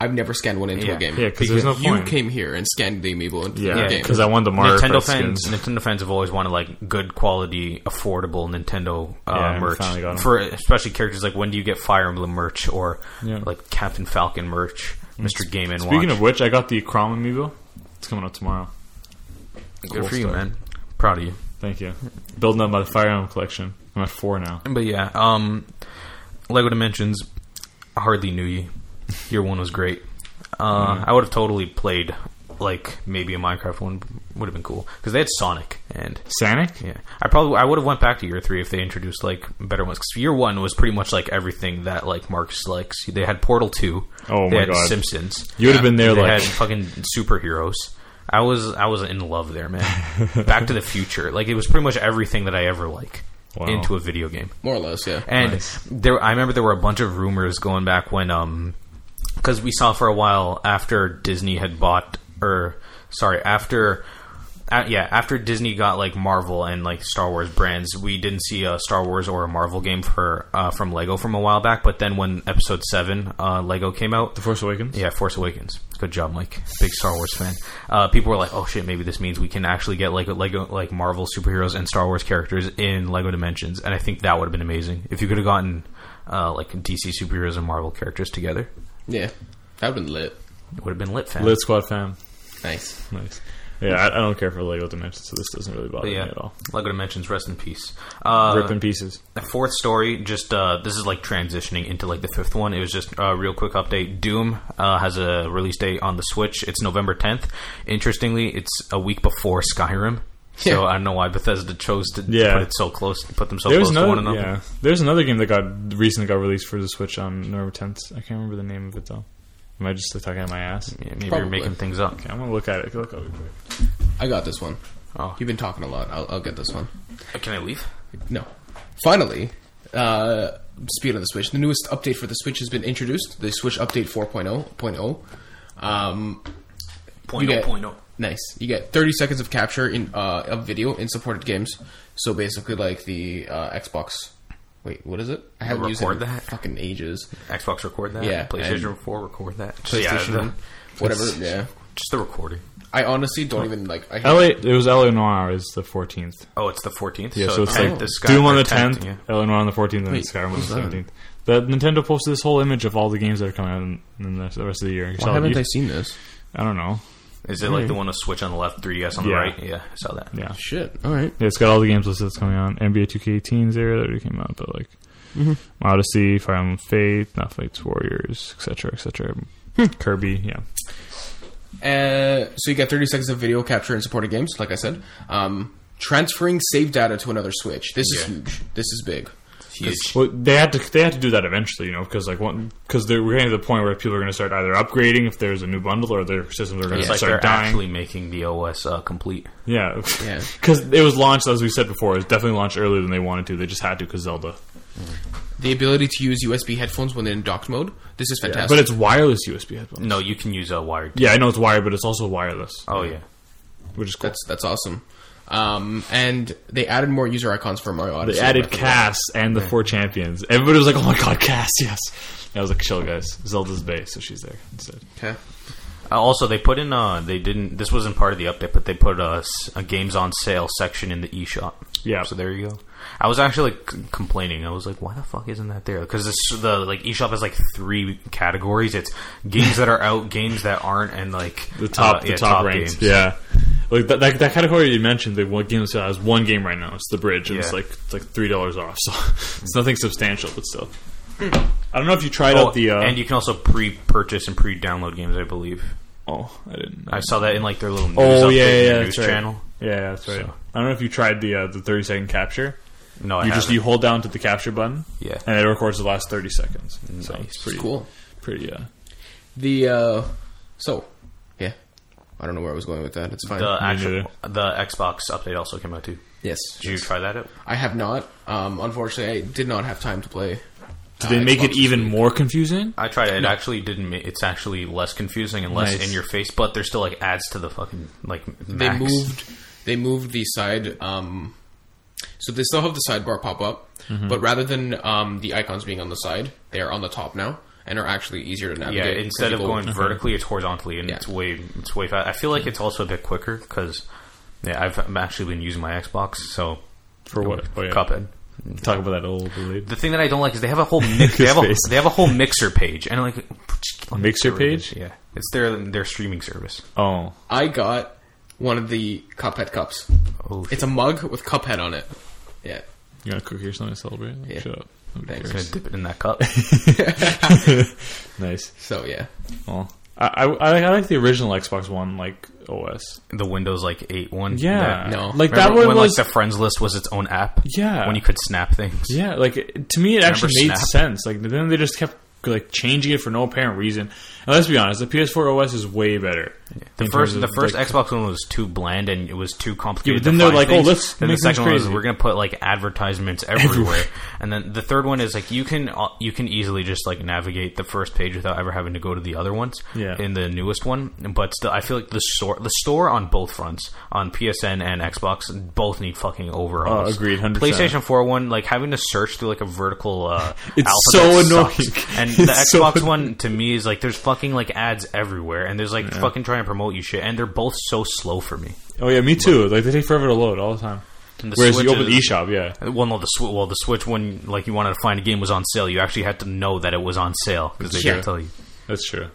S1: I've never scanned one into
S3: Yeah.
S1: a game.
S2: Yeah, 'cause there's no
S1: you
S2: point.
S1: came here and scanned the amiibo into
S2: Yeah,
S1: the game.
S2: because I wanted the Mario
S3: Nintendo
S2: Kart
S3: fans,
S2: skins.
S3: Nintendo fans have always wanted like good quality, affordable Nintendo uh,
S2: Yeah, and we finally got 'em.
S3: merch for especially characters like when do you get Fire Emblem merch or
S2: Yeah. Mm.
S3: like Captain Falcon merch, Mister Game and
S2: Speaking
S3: Watch.
S2: of which, I got the Crom Amiibo. It's coming out tomorrow.
S3: good for you,
S2: stuff.
S3: man. Proud of you.
S2: Thank you. Building up my Fire Emblem collection. I'm at four now.
S3: But yeah, um, Lego Dimensions, I hardly knew you. Year one was great. Uh,
S2: Mm-hmm.
S3: I would have totally played like maybe a Minecraft one would have been cool because they had Sonic and
S2: Sonic.
S3: yeah, I probably I would have went back to year three if they introduced like better ones. 'Cause year one was pretty much like everything that like Marcus likes. They had Portal two.
S2: Oh
S3: they
S2: my
S3: had
S2: God.
S3: Simpsons.
S2: You would have been there
S3: They
S2: like
S3: had fucking superheroes. I was I was in love there, man. Back to the Future, like it was pretty much everything that I ever like
S2: Wow.
S3: into a video game.
S1: More or less, yeah.
S3: And
S2: Nice.
S3: there, I remember there were a bunch of rumors going back when, um, because we saw for a while after Disney had bought, or sorry, after, uh, yeah, after Disney got like Marvel and like Star Wars brands, we didn't see a Star Wars or a Marvel game for uh, from Lego from a while back. But then when Episode Seven uh, Lego came out,
S2: The Force Awakens.
S3: yeah, Force Awakens. Good job, Mike. Big Star Wars fan. Uh, people were like, "Oh shit, maybe this means we can actually get like Lego, like Marvel superheroes and Star Wars characters in Lego Dimensions." And I think that would have been amazing if you could have gotten uh, like DC superheroes and Marvel characters together.
S1: yeah. That would have been lit.
S3: It would have been lit, fam.
S2: Lit Squad fam.
S1: Nice.
S2: Nice. Yeah, I, I don't care for Lego Dimensions, so this doesn't really bother
S3: But yeah,
S2: me at all.
S3: Lego Dimensions, rest in peace. Uh,
S2: Rip in pieces.
S3: The fourth story, just uh, this is like transitioning into like the fifth one. It was just a real quick update. Doom uh, has a release date on the Switch. It's November 10th. Interestingly, it's a week before Skyrim. So
S1: Yeah.
S3: I don't know why Bethesda chose to, to
S2: Yeah.
S3: put it so close, to put them so
S2: There's
S3: close to one
S2: another.
S3: another.
S2: Yeah, there's another game that got recently got released for the Switch on November 10th. I can't remember the name of it though. Am I just like, talking out my ass?
S3: Yeah, maybe you're
S1: Probably.
S3: making things up.
S2: Okay, I'm gonna look at it. Look up it quick.
S1: I got this one.
S3: Oh,
S1: You've been talking a lot. I'll, I'll get this one.
S3: uh, can I leave?
S1: No. Finally, uh, speed on the Switch. The newest update for the Switch has been introduced. The Switch Update oh, 4.0.0. Um,
S3: Point
S1: You
S3: oh,
S1: get-
S3: point oh.
S1: nice. You get 30 seconds of capture in uh, of video in supported games. So basically, like the uh, Xbox. Wait, what is it? I haven't used it in
S3: Record that?
S1: fucking ages.
S3: Xbox record that.
S1: Yeah,
S3: PlayStation
S1: and-
S3: 4 record that. So yeah,
S1: PlayStation,
S3: the-
S1: whatever. Yeah.
S3: just the recording.
S1: I honestly don't even like. I
S2: LA. It was LA Noir is the 14th.
S3: Oh, it's the 14th.
S2: Yeah, so, it's
S3: 10th
S2: like
S3: is Sky-
S2: Doom on
S3: or
S2: the 10th,
S3: yeah.
S2: LA Noir on the 14th, and
S1: Wait,
S2: Skyrim on
S1: what's
S2: the
S1: that?
S2: 17th. The Nintendo posted this whole image of all the games that are coming out in, in the the rest of the year. You
S1: why
S2: saw it,
S1: haven't
S2: you-
S1: I seen this?
S2: I don't know.
S3: Is it like the one with Switch on the left, 3DS on
S2: Mm-hmm.
S3: the
S2: Yeah.
S3: right? Yeah, I saw that.
S2: Yeah.
S1: Shit. All right.
S2: Yeah, it's got all the games listed that's coming out. NBA 2K18 is there that already came out, but like
S1: Mm-hmm.
S2: Odyssey, Fire Emblem Faith, Not Fates Warriors, etc., etc.
S1: Hmm.
S2: Kirby, yeah.
S1: Uh, so you get 30 seconds of video capture and supported games, like I said. Um, transferring save data to another Switch. This is
S3: Yeah.
S1: huge. This is big.
S3: Huge.
S2: Well, they had to they had to do that eventually, you know, because like because they're we're getting to the point where people are going to start either upgrading if there's a new bundle or their systems are going to
S3: It's like they're
S2: start dying.
S3: actually making the OS uh, complete.
S2: yeah,
S1: Yeah.
S2: because it was launched as we said before. It was definitely launched earlier than they wanted to. They just had to because Zelda.
S1: The ability to use USB headphones when in docked mode. This is fantastic.
S2: But it's wireless USB headphones.
S3: No, you can use a wired.
S2: Yeah, I know it's wired, but it's also wireless,
S3: Oh yeah,
S2: which is cool.
S1: that's that's awesome. Um, and they added more user icons for Mario Odyssey.
S2: They added
S1: Breath of the
S2: Cass and the four champions. Everybody was like, "Oh my god, Cass, yes!" And I was like, "Chill, guys. Zelda's base, so she's there instead."
S1: Wild. Okay.
S3: Uh, also, they put in uh they didn't this wasn't part of the update, but they put a, s- a games on sale section in the eShop.
S2: Yeah.
S3: So there you go. I was actually like, c- complaining. I was like, why the fuck isn't that there? Because this the like eShop has like three categories. It's games that are out, games that aren't, and like
S2: The top,
S3: uh,
S2: the
S3: yeah,
S2: top, ranked.
S3: games.
S2: Yeah. Like that, that, that category you mentioned, the one game that has one game right now. It's the bridge, and it's
S3: Yeah.
S2: like it's like three dollars off. So it's nothing substantial, but still. I don't know if you tried
S3: Hmm. Oh,
S2: out the. Uh,
S3: and you can also pre-purchase and pre-download games. I believe
S2: oh, I didn't.
S3: I saw that in like their little news
S2: oh
S3: update
S2: yeah, yeah,
S3: in
S2: yeah
S3: the
S2: that's
S3: news
S2: right.
S3: channel.
S2: Yeah, yeah, that's right.
S3: So-
S2: I don't know if you tried the uh, the thirty second capture.
S3: No, I
S2: you just
S3: haven't.
S2: you hold down to the capture button,
S3: Yeah.
S2: and it records the last thirty seconds. So
S3: Nice.
S2: it's pretty
S1: Cool.
S2: Pretty uh,
S1: The uh, so yeah, I don't know where I was going with that. It's fine.
S3: the
S2: Me
S3: actual
S2: neither.
S3: the Xbox update also came out too.
S1: Yes,
S3: Did you try that out?
S1: I have not. Um, unfortunately, I did not have time to play.
S2: Did they make it even more confusing?
S3: I tried it. It actually didn't. ma- It's actually less confusing and less
S2: Nice.
S3: in your face, but there's still like adds to the fucking like
S1: They
S3: max.
S1: moved. They moved the side. Um, so they still have the sidebar pop up,
S2: Mm-hmm.
S1: but rather than um, the icons being on the side, they are on the top now and are actually easier to
S3: Yeah,
S1: navigate. 'cause
S3: instead
S1: you
S3: of
S1: go-
S3: going
S2: Mm-hmm.
S3: vertically, it's horizontally, and
S1: Yeah.
S3: it's way it's way fast. I feel like it's also a bit quicker because yeah, I've I'm actually been using my Xbox, so
S2: For what? Oh, yeah.
S3: Cuphead.
S2: Talk about that a little bit later.
S3: The thing that I don't like is they have a whole mix, they have a,
S2: His face.
S3: they have a whole mixer page and like
S2: Mixer
S3: whatever it is,
S2: page?
S3: Yeah, it's their their streaming service.
S2: Oh,
S1: I got one of the Cuphead cups.
S3: Oh, shit.
S1: It's a mug with Cuphead on it. Yeah.
S2: you got a cookie or something to celebrate?
S1: Yeah.
S2: Shut up. Nobody
S1: Thanks.
S3: I'm gonna
S2: cares.
S3: dip it in that cup.
S2: Nice.
S1: So yeah,
S2: Oh, I, I, I like- I like the original Xbox One like OS.
S3: the Windows like eight one.
S2: Yeah,
S3: that-
S1: No.
S2: like
S3: Remember
S2: that one
S3: when
S2: was
S3: like the friends list was its own app.
S2: Yeah.
S3: when you could snap things.
S2: yeah. Like it- to me, it actually made
S3: Snap?
S2: sense. Like then they just kept like changing it for no apparent reason. And let's be honest, the PS4 OS is way better.
S3: The
S2: in terms
S3: first,
S2: of,
S3: the first
S2: like,
S3: Xbox One was too bland and it was too complicated.
S2: Yeah, but then
S3: to
S2: they're
S3: find
S2: like, oh,
S3: things.
S2: let's
S3: Then
S2: make
S3: the second
S2: things
S3: one was
S2: crazy.
S3: we're gonna put like advertisements everywhere, and then the third one is like you can uh, you can easily just like navigate the first page without ever having to go to the other ones.
S2: Yeah.
S3: In the newest one, but still, I feel like the store the store on both fronts on PSN and Xbox both need fucking overhauls.
S2: Oh, agreed, 100%.
S3: PlayStation Four one like having to search through like a vertical. Uh,
S2: It's
S3: alphabet
S2: so
S3: sucks.
S2: annoying.
S3: And
S2: It's
S3: the
S2: so
S3: Xbox One to me is like there's fucking like ads everywhere, and there's like fucking trying to promote you shit, and they're both so slow for me.
S2: Oh yeah, me too. Like they take forever to load all the time.
S3: And the
S2: Whereas
S3: Switch
S2: you open
S3: is-
S2: eShop, yeah.
S3: Well, no, the Switch. Well, the Switch when like you wanted to find a game was on sale, you actually had to know that it was on sale because they
S1: Yeah.
S3: didn't tell you.
S2: That's true.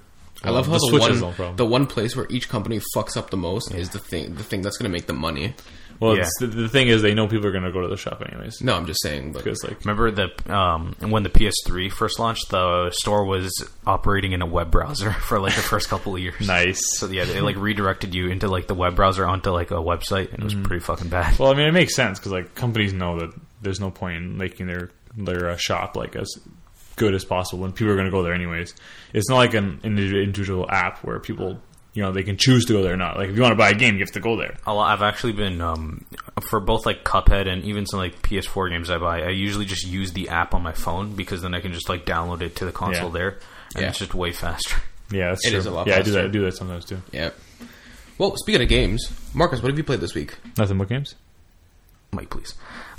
S1: I love how
S2: the Switch
S1: the
S2: is no
S1: one
S2: problem.
S1: the one place where each company fucks up the most is the thing the thing that's going to make them money.
S2: Well,
S3: Yeah.
S2: it's, the, the thing is, they know people are going to go to the shop anyways.
S1: No, I'm just saying. But
S2: Because like,
S3: Remember the um, when the PS3 first launched, the store was operating in a web browser for like the first couple of years.
S2: nice.
S3: So yeah, they like redirected you into like the web browser onto like a website, and it was
S2: Mm-hmm.
S3: pretty fucking bad.
S2: Well, I mean, it makes sense because like companies know that there's no point in making their their uh, shop like as good as possible when people are going to go there anyways. It's not like an indi- individual app where people you know they can choose to go there or not. Like if you want to buy a game, you have to go there.
S3: A lot- I've actually been um, for both like Cuphead and even some like PS4 games I buy. I usually just use the app on my phone because then I can just like download it to the console
S2: Yeah.
S3: there, and
S1: Yeah.
S3: it's just way faster.
S2: Yeah, that's
S1: It
S2: true.
S1: is a lot
S2: yeah, I do that.
S1: faster.
S2: I do that sometimes too.
S1: yeah. Well, speaking of games, Marcus, what have you played this week?
S2: Nothing but games.
S3: Mike, please.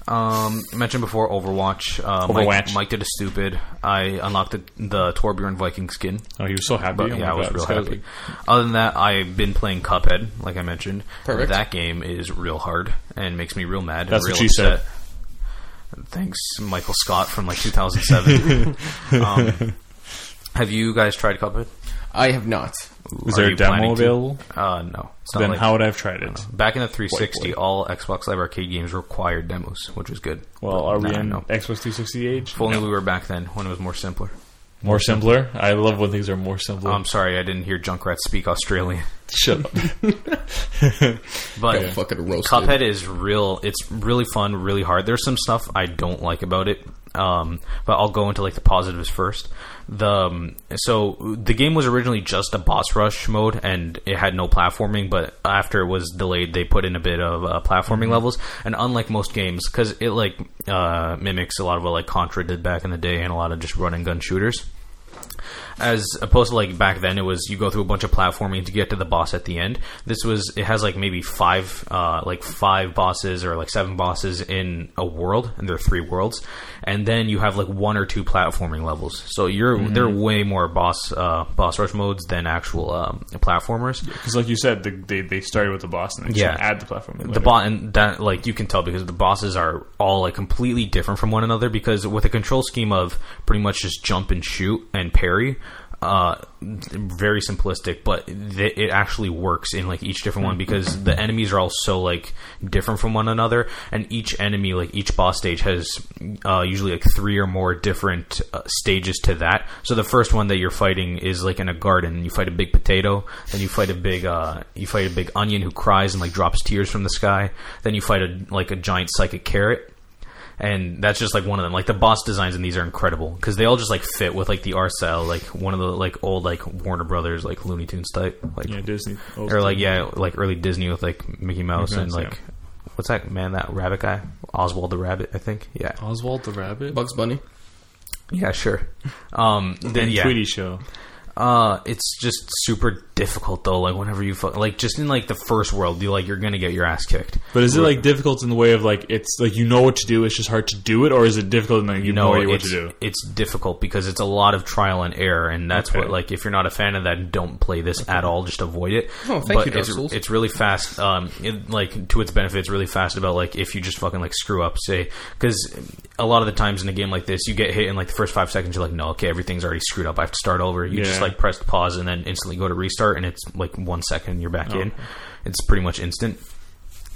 S3: Um, I mentioned before Overwatch. Uh, Mike,
S2: Overwatch.
S3: Mike did a stupid. I unlocked the, the Torbjorn Viking skin.
S2: Oh, he was so happy.
S3: But
S2: Oh my
S3: yeah, I was
S2: God,
S3: real
S2: this guy
S3: happy. Other than that, I've been playing Cuphead, like I mentioned.
S1: Perfect.
S3: That game is real hard and makes me real mad. and
S2: That's
S3: real
S2: what she
S3: upset. Thanks, Michael Scott from like 2007. um, have you guys tried Cuphead?
S1: I have not.
S2: Is
S3: Are
S2: there a
S3: you
S2: demo
S3: planning to?
S2: available?
S3: Uh, no. It's not
S2: then
S3: like-
S2: how would I have tried it?
S3: Back in the 360,
S2: Whiteboard.
S3: all Xbox Live Arcade games required demos, which was good.
S2: Well,
S3: But
S2: are we
S3: nah,
S2: in
S3: no.
S2: Xbox 360 age?
S3: If only we were back then when it was more simpler.
S2: More simpler. I love when things are more simpler.
S3: I'm sorry, I didn't hear Junkrat speak Australian.
S2: Shut up.
S3: But
S1: Yeah. Fucking roasted.
S3: Cuphead is real. It's really fun, really hard. There's some stuff I don't like about it, um, but I'll go into like the positives first. The um, so the game was originally just a boss rush mode, and it had no platforming. But after it was delayed, they put in a bit of uh, platforming levels. And unlike most games, because it like uh, mimics a lot of what like Contra did back in the day, and a lot of just run and gun shooters as opposed to like back then it was you go through a bunch of platforming to get to the boss at the end this was it has like maybe five uh, like five bosses or like seven bosses in a world and there are three worlds and then you have like one or two platforming levels so you're there are way more boss uh, boss rush modes than actual um, platformers
S2: Because, like you said, the, they they started with the boss and they just
S3: Yeah.
S2: add the platform.
S3: the bot and that like you can tell because the bosses are all like completely different from one another because with a control scheme of pretty much just jump and shoot and parry uh very simplistic but th- it actually works in like each different one because the enemies are all so like different from one another and each enemy like each boss stage has uh usually like three or more different uh, stages to that so the first one that you're fighting is like in a garden you fight a big potato then you fight a big uh you fight a big onion who cries and like drops tears from the sky then you fight a like a giant psychic carrot and that's just like one of them like the boss designs in these are incredible because they all just like fit with like the art style like one of the like old like warner brothers like looney tunes type like
S2: yeah, Disney
S3: or like yeah like early disney with like mickey mouse
S2: Mickey
S3: and
S2: Mouse,
S3: like what's that man that rabbit guy oswald the rabbit i think yeah
S2: Oswald the Rabbit,
S1: Bugs Bunny.
S3: yeah sure um then
S2: and
S3: yeah
S2: Tweety Show.
S3: Uh, it's just super difficult though. Like whenever you fu- like, just in like the first world, you like you're gonna get your ass kicked.
S2: But is it like difficult in the way of like it's like you know what to do, it's just hard to do it, or is it difficult and like you have no, idea what to
S3: it's,
S2: do?
S3: It's difficult because it's a lot of trial and error, and that's
S2: Okay.
S3: what like if you're not a fan of that, don't play this at all. Just avoid it.
S1: Oh, thank
S3: but
S1: you, Dark
S3: it's,
S1: Souls.
S3: it's really fast. Um, it, like to its benefit, it's really fast about like if you just fucking like screw up, say because a lot of the times in a game like this, you get hit in like the first five seconds. You're like, no, okay, everything's already screwed up. I have to start over. You just
S2: Yeah.
S3: like press pause and then instantly go to restart, and it's like one second and you're back in. It's pretty much instant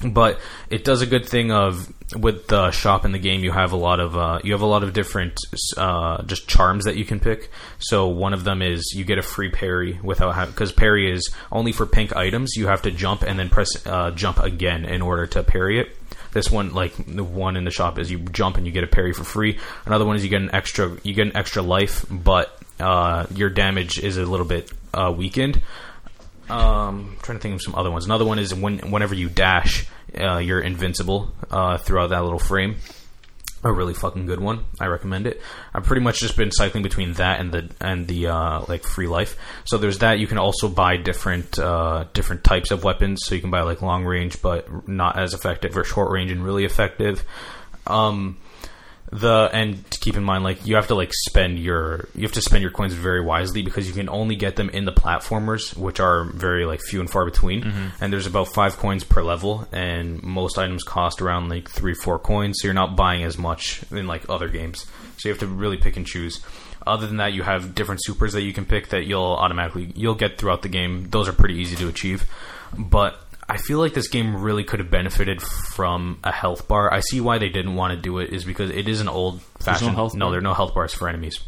S3: but it does a good thing of with the shop in the game you have a lot of uh, you have a lot of different uh, just charms that you can pick so one of them is you get a free parry without having because parry is only for pink items you have to jump and then press uh, jump again in order to parry it this one like the one in the shop is you jump and you get a parry for free another one is you get an extra you get an extra life but uh, your damage is a little bit uh, weakened um, trying to think of some other ones. Another one is when whenever you dash, uh, you're invincible uh, throughout that little frame. A really fucking good one. I recommend it. I've pretty much just been cycling between that and the and the uh, like free life. So there's that. You can also buy different uh, different types of weapons. So you can buy like long range, but not as effective, or short range and really effective. Um, the and to keep in mind like you have to like spend your you have to spend your coins very wisely because you can only get them in the platformers which are very like few and far between and there's about five coins per level and most items cost around like three four coins so you're not buying as much in like other games so you have to really pick and choose other than that you have different supers that you can pick that you'll automatically you'll get throughout the game those are pretty easy to achieve but I feel like this game really could have benefited from a health bar. I see why they didn't want to do it is because it is an old fashioned.
S2: health
S3: no,
S2: bar?
S3: there are no health bars for enemies.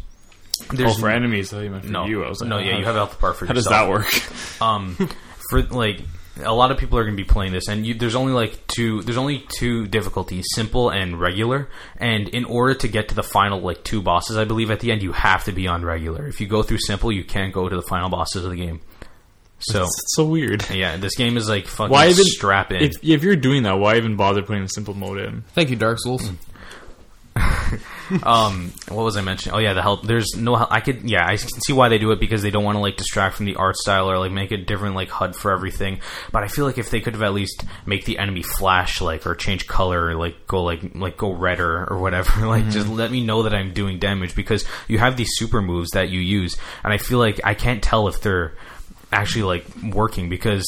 S2: Oh,
S3: There's
S2: for enemies, I thought you meant for
S3: no,
S2: you. I was like,
S3: no, yeah,
S2: how-
S3: you have a health bar for
S2: How does
S3: yourself
S2: that work?
S3: um, for like a lot of people are going to be playing this, and you, there's only like two. There's only two difficulties: simple and regular. And in order to get to the final like two bosses, I believe at the end you have to be on regular. If you go through simple, you can't go to the final bosses of the game. So
S2: It's so weird.
S3: yeah, this game is like fucking
S2: Why even
S3: strap in.
S2: If, if you're doing that, why even bother putting the simple mode in?
S1: Thank you, Dark Souls.
S3: um, what was I mentioning? Oh yeah, the help. There's no help. I could yeah, I can see why they do it because they don't want to like distract from the art style or like make a different like HUD for everything. But I feel like if they could have at least make the enemy flash like or change color or like go like like go redder or whatever, like just let me know that I'm doing damage because you have these super moves that you use, and I feel like I can't tell if they're actually like working because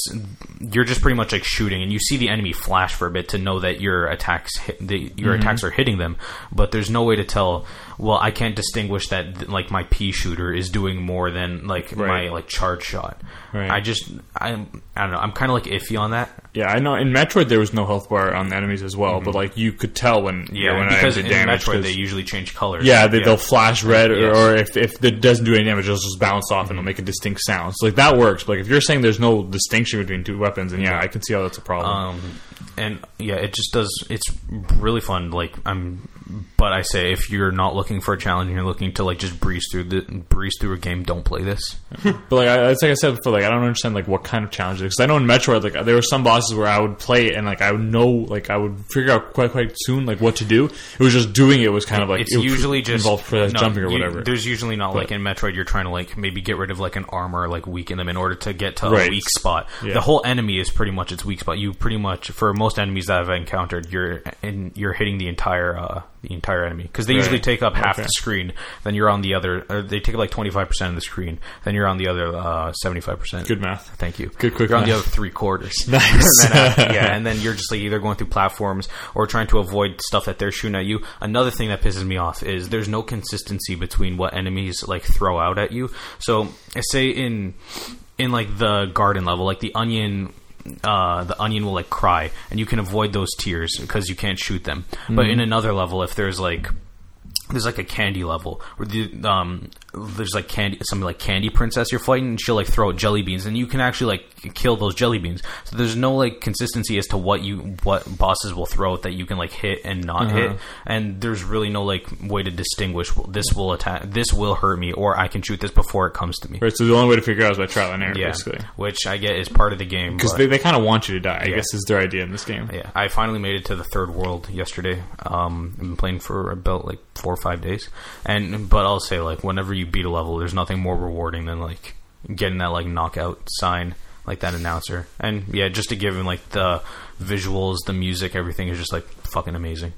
S3: you're just pretty much like shooting and you see the enemy flash for a bit to know that your attacks hit, the, your
S2: Mm-hmm.
S3: attacks are hitting them but there's no way to tell well I can't distinguish that like my pea shooter is doing more than like my
S2: Right.
S3: like charge shot
S2: Right.
S3: I just I'm I don't know I'm kind of like iffy on that
S2: Yeah, I know. In Metroid, there was no health bar on the enemies as well, but like you could tell when yeah, when
S3: Mm-hmm. because
S2: I
S3: in
S2: did damage.
S3: Metroid
S2: 'cause-
S3: they usually change colors
S2: yeah, they, they'll flash red, or,
S3: Yes.
S2: or if, if it doesn't do any damage, it'll just bounce off and it'll make a distinct sound. So like that works. But like if you're saying there's no distinction between two weapons, and yeah, I can see how that's a problem.
S3: um, and yeah, it just does. It's really fun. Like I'm But I say if you're not looking for a challenge, and you're looking to like just breeze through the breeze through a game. Don't play this.
S2: But like, I, it's like I said before, like I don't understand like what kind of challenge because I know in Metroid, like there were some bosses where I would play it and like I would know, like I would figure out quite quite soon like what to do. It was just doing it was kind of like
S3: it's
S2: it would
S3: usually just
S2: involved for like,
S3: no,
S2: jumping or
S3: you-
S2: whatever.
S3: there's usually not like in Metroid you're trying to like maybe get rid of like an armor like weaken them in order to get to
S2: Right.
S3: a weak spot.
S2: Yeah.
S3: The whole enemy is pretty much its weak spot. You pretty much for most enemies that I've encountered, you're in you're hitting the entire uh, the entire enemy because they usually take up half
S2: Okay.
S3: the screen. Then you're on the other. Or they take up like 25 percent of the screen. Then you're on the other 75 percent.
S2: Good math.
S3: Thank you.
S2: Good quick
S3: You're on the
S2: math.
S3: other three quarters.
S2: Nice.
S3: And then after- yeah, and then you're just like either going through platforms or trying to avoid stuff that they're shooting at you. Another thing that pisses me off is there's no consistency between what enemies like throw out at you. So say in in like the garden level, like the onion. Uh, the onion will like cry, and you can avoid those tears because you can't shoot them.
S2: Mm-hmm.
S3: But in another level, if there's like there's like a candy level where the um there's like candy some like candy princess you're fighting and she'll like throw out jelly beans and you can actually like kill those jelly beans so there's no like consistency as to what you what bosses will throw out that you can like hit and not
S2: Uh-huh.
S3: hit and there's really no like way to distinguish well, this will attack this will hurt me or I can shoot this before it comes to me
S2: Right, so the only way to figure out is by trial and error,
S3: yeah
S2: basically.
S3: which I get is part of the game
S2: Because
S3: but-
S2: they, they kind of want you to die, I guess is their idea in this game.
S3: yeah, I finally made it to the third world yesterday. Um, I've been playing for about like four or five days, and but I'll say like whenever you beat a level, there's nothing more rewarding than like getting that like knockout sign, like that announcer, and yeah, just to give him like the visuals, the music, everything is just like fucking amazing.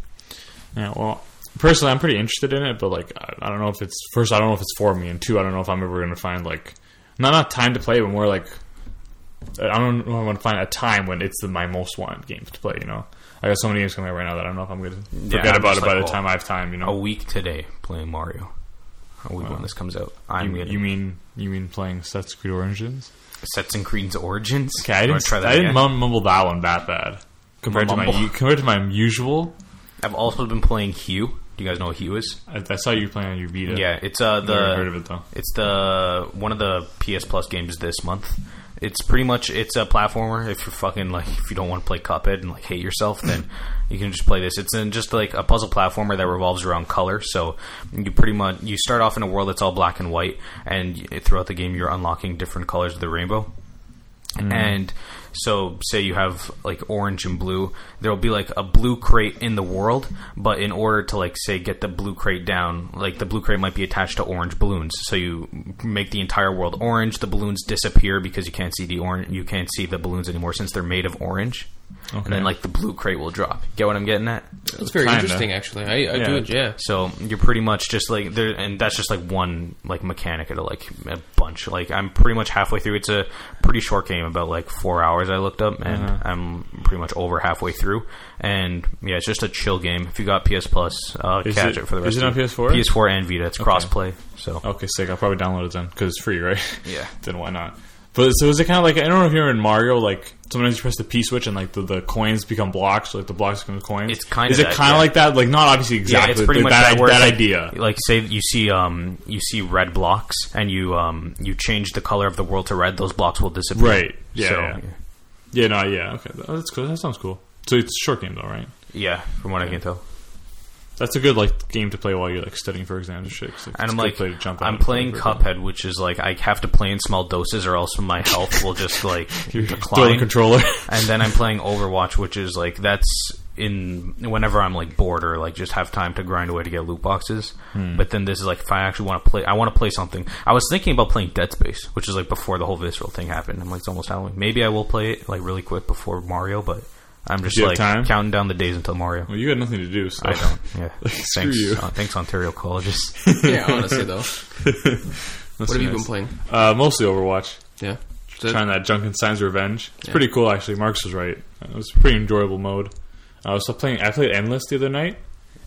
S2: Yeah, well, personally, I'm pretty interested in it, but like, I, I don't know if it's first, I don't know if it's for me, and two, I don't know if I'm ever going to find like not not time to play, but more like I don't know if I'm going to find a time when it's the, my most wanted game to play. You know, I got so many games coming out right now that I don't know if I'm going to forget
S3: I'm
S2: about
S3: just
S2: it by
S3: like,
S2: the
S3: oh,
S2: time I have time. You
S3: A
S2: know,
S3: week today playing Mario. A week when this comes out, I'm
S2: you,
S3: gonna
S2: you mean you mean playing Sets Creed Origins?
S3: Sets and Creed's Origins.
S2: Okay, I
S3: You wanna
S2: didn't I
S3: again?
S2: didn't mum- mumble that one that bad compared to
S3: Mumble.
S2: my u- compared to my usual.
S3: I've also been playing Hue. Do you guys know what Hue is?
S2: I, I saw you playing on your Vita.
S3: Yeah, it's uh the
S2: Never heard of it though.
S3: It's the one of the PS Plus games this month. It's pretty much it's a platformer. If you're fucking like if you don't want to play Cuphead and like hate yourself, then you can just play this. It's in just like a puzzle platformer that revolves around color. So you pretty much you start off in a world that's all black and white, and y- throughout the game you're unlocking different colors of the rainbow. And so, say you have like orange and blue, there will be like a blue crate in the world, but in order to like say get the blue crate down, like the blue crate might be attached to orange balloons. So you make the entire world orange. The balloons disappear because you can't see the orange, you can't see the balloons anymore since they're made of orange. And
S2: Okay.
S3: then like the blue crate will drop. Get what I'm getting at?
S1: It's very
S2: Kinda.
S1: interesting, actually. I, I do
S2: Yeah.
S1: it, yeah.
S3: So you're pretty much just like there, and that's just like one like mechanic out of like a bunch. Like I'm pretty much halfway through. It's a pretty short game, about like four hours. I looked up, and
S2: Uh-huh.
S3: I'm pretty much over halfway through. And yeah, it's just a chill game. If you got PS Plus, uh,
S2: Is
S3: catch
S2: it-
S3: it, for the
S2: is
S3: rest.
S2: it on
S3: of
S2: PS4?
S3: PS4 and Vita. It's crossplay. So
S2: Okay, sick. I'll probably download it then because it's free, right?
S3: Yeah.
S2: then why not? But so is it kind of like I don't know if you're in Mario, like sometimes you press the P switch and like the, the coins become blocks, like the blocks become coins.
S3: It's kinda
S2: is it
S3: that,
S2: kind of
S3: yeah.
S2: like that? Like not obviously exactly.
S3: Yeah, it's pretty
S2: like,
S3: much that,
S2: i-
S3: where it's like-
S2: idea.
S3: Like say that you see um you see red blocks and you um you change the color of the world to red, those blocks will disappear.
S2: Right. Yeah,
S3: So,
S2: yeah. Yeah. No. Yeah. Okay. Oh, that's cool. That sounds cool. So it's a short game though, right?
S3: yeah, from what I can tell.
S2: That's a good like game to play while you're like studying for exams and shit. 'cause, like,
S3: And
S2: it's
S3: I'm
S2: a good
S3: like,
S2: play to jump on
S3: I'm
S2: and play
S3: playing
S2: for a while.
S3: Cuphead, which is like I have to play in small doses, or else my health will just like
S2: You're throwing a
S3: decline.
S2: controller.
S3: And then I'm playing Overwatch, which is like that's in whenever I'm like bored or like just have time to grind away to get loot boxes.
S2: Hmm.
S3: But then this is like if I actually want to play, I want to play something. I was thinking about playing Dead Space, which is like before the whole visceral thing happened. I'm like, it's almost Halloween. Maybe I will play it like really quick before Mario, but I'm just
S2: you have
S3: like
S2: time?
S3: counting down the days until Mario.
S2: well, you had nothing to do. So.
S3: I don't. Yeah.
S2: screw
S3: thanks.
S2: you.
S3: uh, thanks, Ontario colleges.
S1: yeah, honestly, though. What have you been playing?
S2: Uh, mostly Overwatch.
S1: Yeah. That's
S2: trying
S1: it?
S2: that Junkenstein's Revenge. It's
S1: Yeah.
S2: pretty cool, actually. Marks was right. It was a pretty enjoyable mode. I was playing. I played Endless the other night,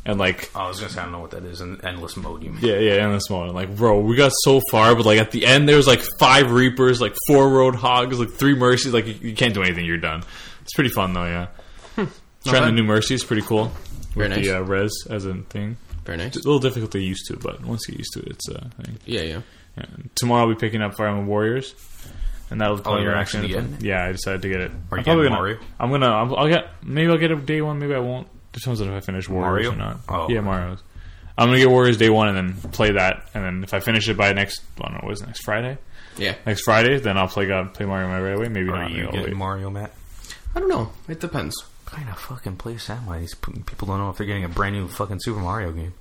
S2: and like,
S3: Oh, I was gonna say I don't know what that is. An endless mode, you mean?
S2: yeah, yeah, Endless mode. And like, bro, we got so far, but like at the end, there was like five Reapers, like four Roadhogs, like three Mercies. Like, you, you can't do anything. You're done. It's pretty fun though. Yeah, trying the
S1: Hmm. bad.
S2: new Mercies, pretty cool.
S1: Very
S2: With
S1: nice.
S2: The uh, res as a thing,
S1: Very nice.
S2: it's a little difficult to get used to, but once you get used to it, it's uh, I think
S1: Yeah, yeah.
S2: And tomorrow I'll be picking up Fire Emblem Warriors, and that'll. probably
S3: Oh, you're
S2: be my
S3: actually
S2: plan.
S3: getting
S2: Yeah, I decided to get it.
S3: Are you
S2: I'm probably
S3: getting
S2: gonna.
S3: Mario?
S2: I'm gonna. I'll, I'll get. Maybe I'll get it day one. Maybe I won't. depends on if I finish Warriors
S3: Mario?
S2: or not.
S3: Oh.
S2: Yeah, Mario's. I'm gonna get Warriors Day One and then play that, and then if I finish it by next, I don't know, what is it, next Friday?
S1: Yeah,
S2: Next Friday, then I'll play God, play Mario right away. Maybe
S3: Are
S2: not. maybe
S3: you
S2: I'll
S3: getting
S2: wait.
S3: Mario, Matt?
S1: I don't know. It depends.
S3: What kind of fucking place am I? These p- people don't know if they're getting a brand new fucking Super Mario game.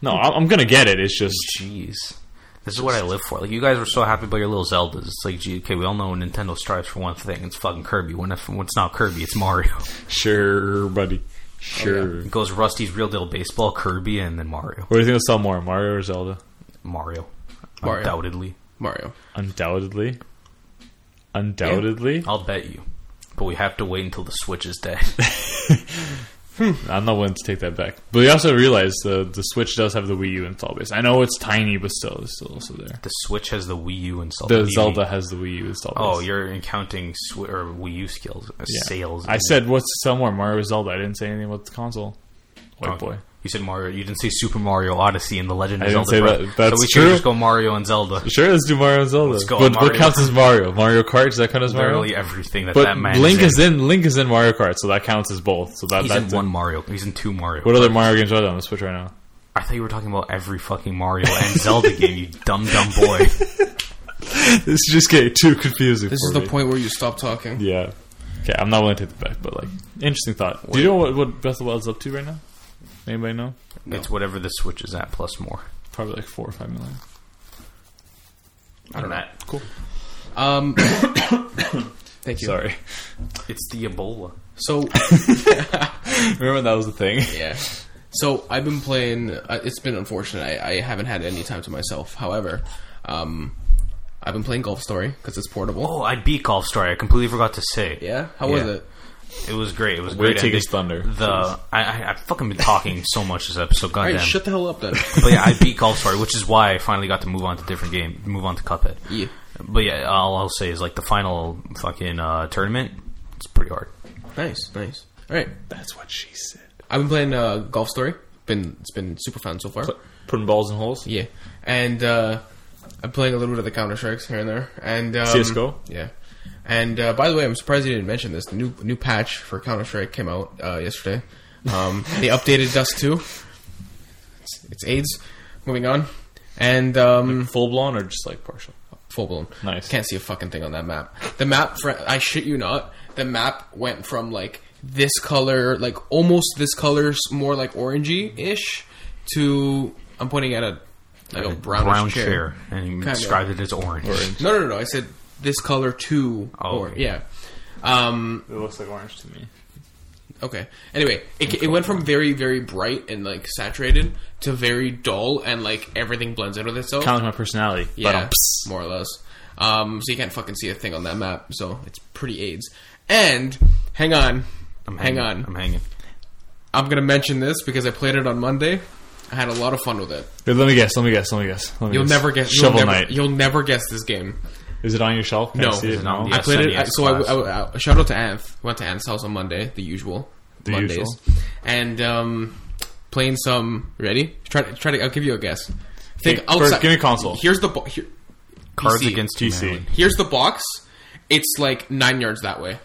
S2: no, I'm, I'm gonna get it. It's just
S3: Jeez. This is what I live for. Like, you guys were so happy about your little Zeldas. It's like, gee, okay, we all know Nintendo strives for one thing. It's fucking Kirby. When, if, when it's not Kirby, it's Mario.
S2: sure, buddy, sure.
S3: It goes Rusty's Real Deal Baseball, Kirby, and then Mario.
S2: What do you think will sell more, Mario or Zelda?
S3: Mario.
S1: Mario.
S3: Undoubtedly.
S1: Mario.
S2: Undoubtedly, undoubtedly.
S3: I'll bet you. But we have to wait until the Switch is dead.
S2: I'm not willing to take that back. But we also realize the the Switch does have the Wii U install base. I know it's tiny, but still, it's still also there.
S3: the Switch has the Wii U installed.
S2: The
S3: Wii U.
S2: Zelda has the Wii U install base.
S3: Oh, you're counting sw- or Wii U skills, uh,
S2: Yeah.
S3: sales.
S2: I said what's somewhere Mario or Zelda. I didn't say anything about the console. White
S3: Oh,
S2: boy.
S3: You said Mario. You didn't say Super Mario Odyssey and The Legend of
S2: I didn't
S3: Zelda.
S2: say
S3: Breath.
S2: that. That's
S3: so we
S2: true.
S3: should just go Mario and Zelda.
S2: Sure, let's do Mario and Zelda.
S3: Let's go,
S2: What, what
S3: Mario.
S2: counts as Mario? Mario Kart does that count as Mario?
S3: Literally everything that
S2: but
S3: that man
S2: Link
S3: is,
S2: is in Link is in Mario Kart, so that counts as both. So that
S3: He's
S2: that's
S3: in one Mario. He's in two Mario.
S2: What other Mario games are there on the Switch right now?
S3: I thought you were talking about every fucking Mario and Zelda game. You dumb dumb boy.
S2: This is just getting too confusing.
S1: This
S2: for
S1: is the
S2: me.
S1: point where you stop talking.
S2: Yeah. Okay, I'm not willing to take that back, but like, interesting thought. Do you know what, what Breath of the Wild's up to right now? Anybody know?
S3: It's whatever the Switch is at plus more.
S2: Probably like four or five million.
S3: I don't know.
S2: Cool.
S1: Um, thank you.
S2: Sorry.
S3: It's the Ebola.
S1: So
S2: Remember when that was the thing?
S1: yeah. So I've been playing. Uh, it's been unfortunate. I, I haven't had any time to myself. However, um, I've been playing Golf Story because it's portable.
S3: Oh, I beat Golf Story. I completely forgot to say.
S1: Yeah. How
S3: Yeah.
S1: was it?
S3: It was great. It was
S2: Way
S3: great.
S2: to take
S3: ending.
S2: his thunder.
S3: The I, I I've fucking been talking so much this episode.
S1: All right,
S3: Goddamn.
S1: shut the hell up then.
S3: but yeah, I beat Golf Story, which is why I finally got to move on to different game, move on to Cuphead.
S1: Yeah.
S3: But yeah, all I'll say is like the final fucking uh, tournament. It's pretty hard.
S1: nice, nice. All right.
S2: That's what she said.
S1: I've been playing uh, Golf Story. Been it's been super fun so far.
S2: Putting balls in holes?
S1: Yeah, and uh, I'm playing a little bit of the Counter Strikes here and there. And um,
S2: CS:GO?
S1: yeah. And uh, by the way, I'm surprised you didn't mention this. The new new patch for Counter Strike came out uh, yesterday. Um, they updated Dust Two. It's, it's AIDS. Moving on, and um,
S2: Full blown or just like partial?
S1: full blown.
S2: Nice.
S1: Can't see a fucking thing on that map. The map, fr- I shit you not, the map went from like this color, like almost this color, s- more like orangey ish, to I'm pointing at a like a brownish
S3: Brown
S1: chair.
S3: chair, and you
S1: Oh, Kinda.
S3: described it as orange.
S1: No, no, no, no. I said this color too.
S3: Oh.
S1: or yeah. Um,
S2: It looks like orange to me.
S1: Okay. Anyway, it, it went from very, very bright and like saturated to very dull and like everything blends in with itself.
S2: Counts my personality.
S1: yeah,
S2: Ba-dum, pss.
S1: more or less. Um, so you can't fucking see a thing on that map. So it's pretty AIDS. And hang on,
S3: I'm
S1: hang
S3: hanging.
S1: on.
S3: I'm hanging.
S1: I'm gonna mention this because I played it on Monday. I had a lot of fun with it.
S2: Wait, let me guess, let me guess, let me guess. Let me
S1: You'll
S2: guess.
S1: never guess. You'll
S2: Shovel
S1: never,
S2: Knight.
S1: You'll never guess this game.
S2: Is it on your shelf? Can I
S1: No.
S2: see
S1: Is
S2: it?
S3: it on
S2: No.
S3: the-
S1: I played it.
S3: SNES
S1: I, so I,
S3: class.
S1: I, I shout out to Anth. Went to Anth's house on Monday, the usual
S2: The
S1: Mondays,
S2: usual.
S1: and um, playing some. Ready? Try to try to. I'll give you a guess. Think
S2: Okay, first,
S1: outside.
S2: give me console.
S1: Here's the bo- here,
S3: Cards
S1: PC.
S3: against
S2: GC.
S3: humanity.
S1: Here's the box. It's like nine yards that way.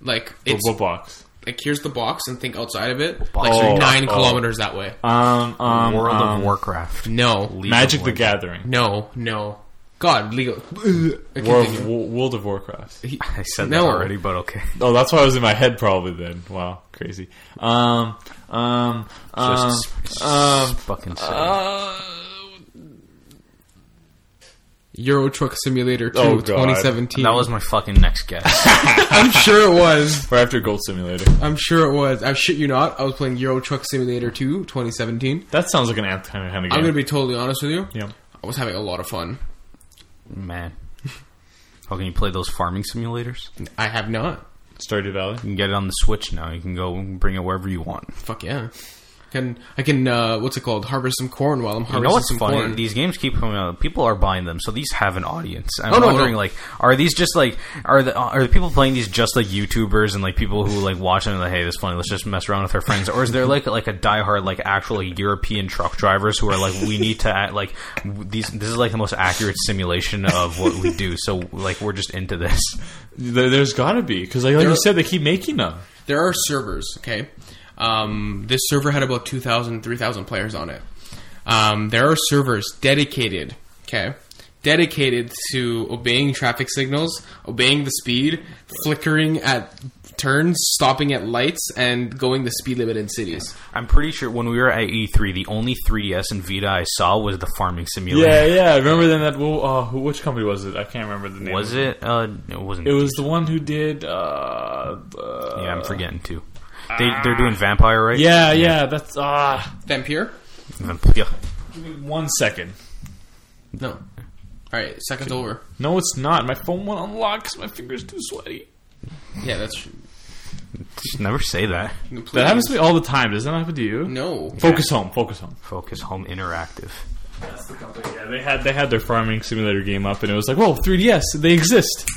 S1: Like it's
S2: What box?
S1: like here's the box, and think outside of it.
S3: box?
S1: Like
S2: Oh,
S1: nine
S2: oh.
S1: kilometers that way.
S2: Um, um,
S3: World
S2: um,
S3: of Warcraft.
S1: No,
S3: League
S2: Magic
S3: of
S2: the
S3: Legends.
S2: Gathering.
S1: no, no. God, legal.
S2: World of, Wo- World of Warcraft.
S3: I said
S1: No.
S3: that already, but okay.
S2: Oh, that's why I was in my head probably then. Wow, crazy. Um, um, um,
S3: Just s-
S2: um,
S3: fucking. say it.
S1: Uh, Euro Truck Simulator 2
S2: Oh, God.
S1: 2017.
S3: that was my fucking next guess.
S1: I'm sure it was.
S2: we're after Gold Simulator.
S1: I'm sure it was. I shit you not. I was playing Euro Truck Simulator 2 2017.
S2: That sounds like an Anth kind of, kind of
S1: I'm
S2: game.
S1: going to be totally honest with you.
S2: yeah.
S1: I was having a lot of fun.
S3: Man. How can you play those farming simulators? You
S1: I have not.
S2: Stardew Valley.
S3: can get it on the Switch now. You can go and bring it wherever you want.
S1: Fuck yeah. Can I can uh what's it called? Harvest some corn while I'm
S3: You
S1: harvesting
S3: know what's
S1: some
S3: funny?
S1: corn.
S3: These games keep coming out. People are buying them, so these have an audience. I'm
S1: Oh, no,
S3: wondering,
S1: no.
S3: like, are these just like are the uh, are the people playing these just like YouTubers and like people who like watch them and like, hey, this is funny. Let's just mess around with our friends, or is there like like a diehard like actual like, European truck drivers who are like, we need to act like w- these. This is like the most accurate simulation of what we do. So like, we're just into this.
S2: There, there's got to be because, like, like
S1: There-
S2: you said, they keep making them.
S1: There are servers, okay? Um, this server had about 2,000, 3,000 players on it. Um, there are servers dedicated, okay, dedicated to obeying traffic signals, obeying the speed, flickering at turns, stopping at lights, and going the speed limit in cities.
S3: I'm pretty sure when we were at E3, the only 3DS and Vita I saw was the Farming Simulator.
S2: Yeah, yeah. I remember then that. Well, uh, who- which company was it? I can't remember the name.
S3: Was
S2: of
S3: it? Uh, it wasn't.
S2: It was the one who did. Uh, uh,
S3: yeah, I'm forgetting too. They, they're doing Vampire, right?
S2: yeah, yeah. That's ah.
S1: Vampire?
S3: Vamp- yeah.
S2: give me one second.
S1: No. All right, second's over.
S2: No, it's not. My phone won't unlock because my fingers too sweaty.
S1: Yeah, that's
S3: Just never say that.
S2: That happens to me all the time. Does that happen to you?
S1: No.
S2: Focus home. Focus home.
S3: Focus Home Interactive.
S2: That's the company. Yeah, they had they had their farming simulator game up, and it was like, whoa, 3ds. They exist.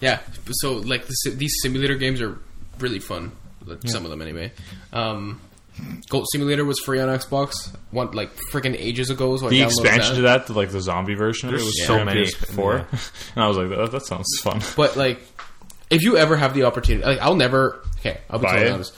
S1: Yeah. So like the, si- these simulator games are really fun. Like, Some of them anyway. Um, Goat Simulator was free on Xbox. One like freaking ages ago. So I
S2: The
S1: downloaded
S2: expansion
S1: that.
S2: to that, the, like the zombie version,
S3: There's
S2: it was
S3: so
S2: on
S3: many.
S2: PS4, and I was like, that, that sounds fun.
S1: But like, if you ever have the opportunity, like I'll never. Okay, I'll be
S2: Buy
S1: totally
S2: it?
S1: honest.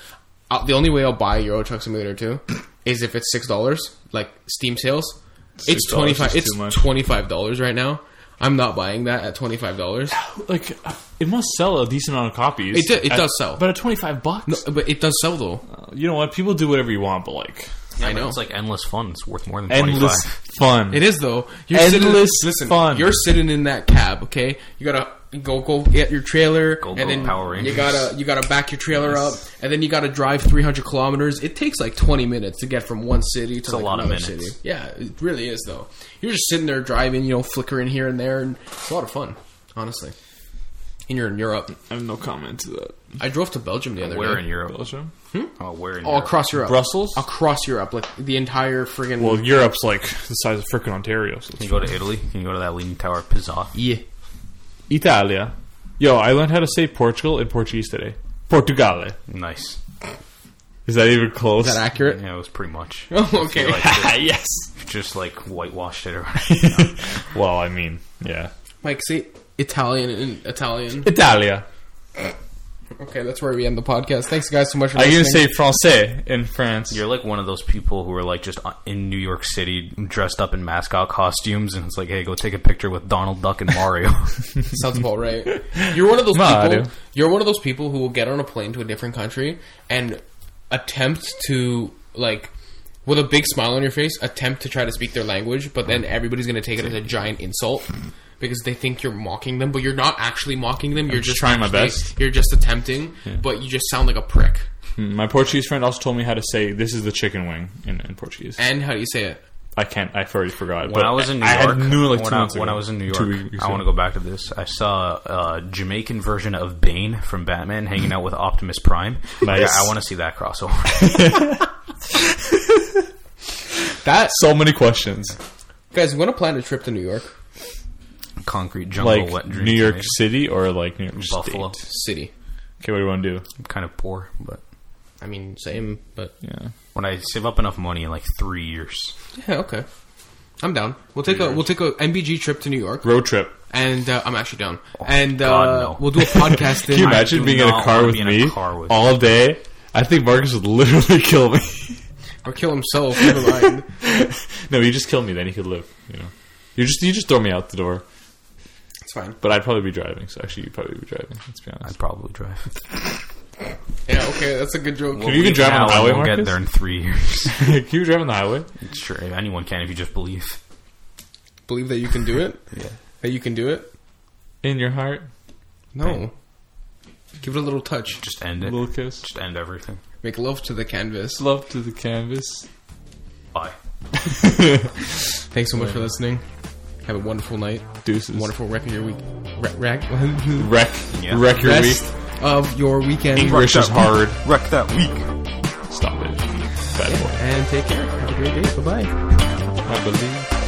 S1: I'll, the only way I'll buy Euro Truck Simulator two is if it's six dollars, like Steam sales. It's
S2: $6
S1: twenty five.
S2: is
S1: It's
S2: too much.
S1: twenty five dollars right now. I'm not buying that at twenty five dollars.
S2: Like, it must sell a decent amount of copies.
S1: It do- it
S2: At-
S1: does sell.
S2: but at twenty five bucks, Uh,
S1: But it does sell though.
S2: you know what? People do whatever you want, but like,
S1: I know.
S3: It's like endless fun. It's worth more than
S2: endless
S3: 25.
S2: fun.
S1: It is though. You're
S2: Endless
S1: sitting, listen,
S2: fun.
S1: You're sitting in that cab, okay? You gotta go go get your trailer,
S3: Go, go,
S1: and then
S3: Power Rangers.
S1: you gotta you gotta back your trailer up, and then you gotta drive 300 kilometers. It takes like 20 minutes to get from one city to
S3: a
S1: like,
S3: lot of
S1: another
S3: minutes.
S1: city. Yeah, it really is though. You're just sitting there driving, you know, flickering here and there, and it's a lot of fun, honestly. And you're in Europe.
S2: I have no comment to that.
S1: I drove to Belgium the other
S3: Where
S1: day.
S3: in Europe?
S2: Belgium?
S3: Oh, where in
S1: Oh,
S3: Europe?
S1: across Europe,
S2: Brussels?
S1: across Europe, like the entire friggin'
S2: Well, Europe's like the size of frickin' Ontario. So
S3: Can you go to Italy? Can you go to that leaning tower of Pisa?
S1: yeah.
S2: Italia. Yo, I learned how to say Portugal in Portuguese today. Portugale.
S3: Nice.
S2: Is that even close?
S1: Is that accurate?
S3: Yeah, it was pretty much.
S1: Oh, okay.
S2: yes.
S3: Just like whitewashed it around.
S2: well, I mean, yeah.
S1: Mike, say Italian and Italian.
S2: Italia.
S1: Okay, that's where we end the podcast. Thanks, guys, so much for
S2: Are you
S1: listening.
S2: gonna say Francais in France?
S3: You're like one of those people who are like just uh, in New York City dressed up in mascot costumes, and it's like, hey, go take a picture with Donald Duck and Mario.
S1: sounds about right. You're one of those
S2: No, I do.
S1: people. You're one of those people who will get on a plane to a different country and attempt to like. With a big smile on your face, attempt to try to speak their language, but then everybody's going to take it as a giant insult because they think you're mocking them, but you're not actually mocking them. You're
S2: just
S1: just
S2: trying my
S1: actually-
S2: best.
S1: You're just attempting, but you just sound like a prick.
S2: Hmm, My Portuguese friend also told me how to say "this is the chicken wing" in, in Portuguese.
S1: And how do you say it?
S2: I can't. I already forgot.
S3: when I was in New
S2: I
S3: York,
S2: had knew it like
S3: when,
S2: two
S3: I,
S2: months
S3: when
S2: ago.
S3: I was in New
S2: Two
S3: York,
S2: weeks
S3: I want to
S2: ago.
S3: go back to this. I saw a Jamaican version of Bane from Batman hanging out with Optimus Prime.
S2: Nice.
S3: Yeah, I want to see that crossover.
S1: That
S2: So many questions,
S1: guys, want to plan a trip to New York
S3: Concrete jungle,
S2: like
S3: wet dreams.
S2: New York
S3: right?
S2: City or like New York
S3: Buffalo.
S2: State.
S1: City?
S2: Okay, what do you want to do?
S3: I'm kind of poor, but
S1: I mean, same, but
S2: Yeah,
S3: when I save up enough money in like three years,
S1: Yeah, okay. I'm down. We'll take a we'll take a MBG trip to New York,
S2: road trip.
S1: and uh, I'm actually down. and uh,
S3: God, no.
S1: we'll do a podcast.
S2: Can you
S1: in,
S2: imagine
S3: do
S2: being in a
S3: not
S2: car
S3: wanna
S2: with
S3: be in a
S2: me
S3: car with
S2: all day? I think Marcus would literally kill me.
S1: or kill himself. Never mind.
S2: no, you just kill me, then he could live. You know, you just you just throw me out the door.
S1: It's fine.
S2: But I'd probably be driving. So actually, you'd probably be driving. Let's be honest.
S3: I'd probably drive.
S1: Yeah, okay. That's a good joke.
S2: Can you even drive on
S3: Now
S2: the
S3: I
S2: highway,
S3: won't get
S2: Marcus?
S3: there in three years.
S2: Can you drive on the highway?
S3: sure, anyone can if you just believe.
S1: Believe that you can do it.
S3: Yeah.
S1: That you can do it.
S2: In your heart,
S1: No. Give it a little touch.
S3: Just end it.
S2: little kiss.
S3: Just end everything.
S1: Make love to the canvas.
S2: Love to the canvas.
S3: Bye.
S1: Thanks so much for listening. Have a wonderful night.
S2: Deuces.
S1: Wonderful wreck of your week. Wreck, wreck,
S2: Wreck,
S3: Yeah.
S2: wreck your
S1: rest
S2: week.
S1: of your weekend.
S2: English is hard.
S3: Wreck that week.
S2: Stop it. Bad boy.
S1: And take care. Have a great day. Bye bye.
S2: I believe.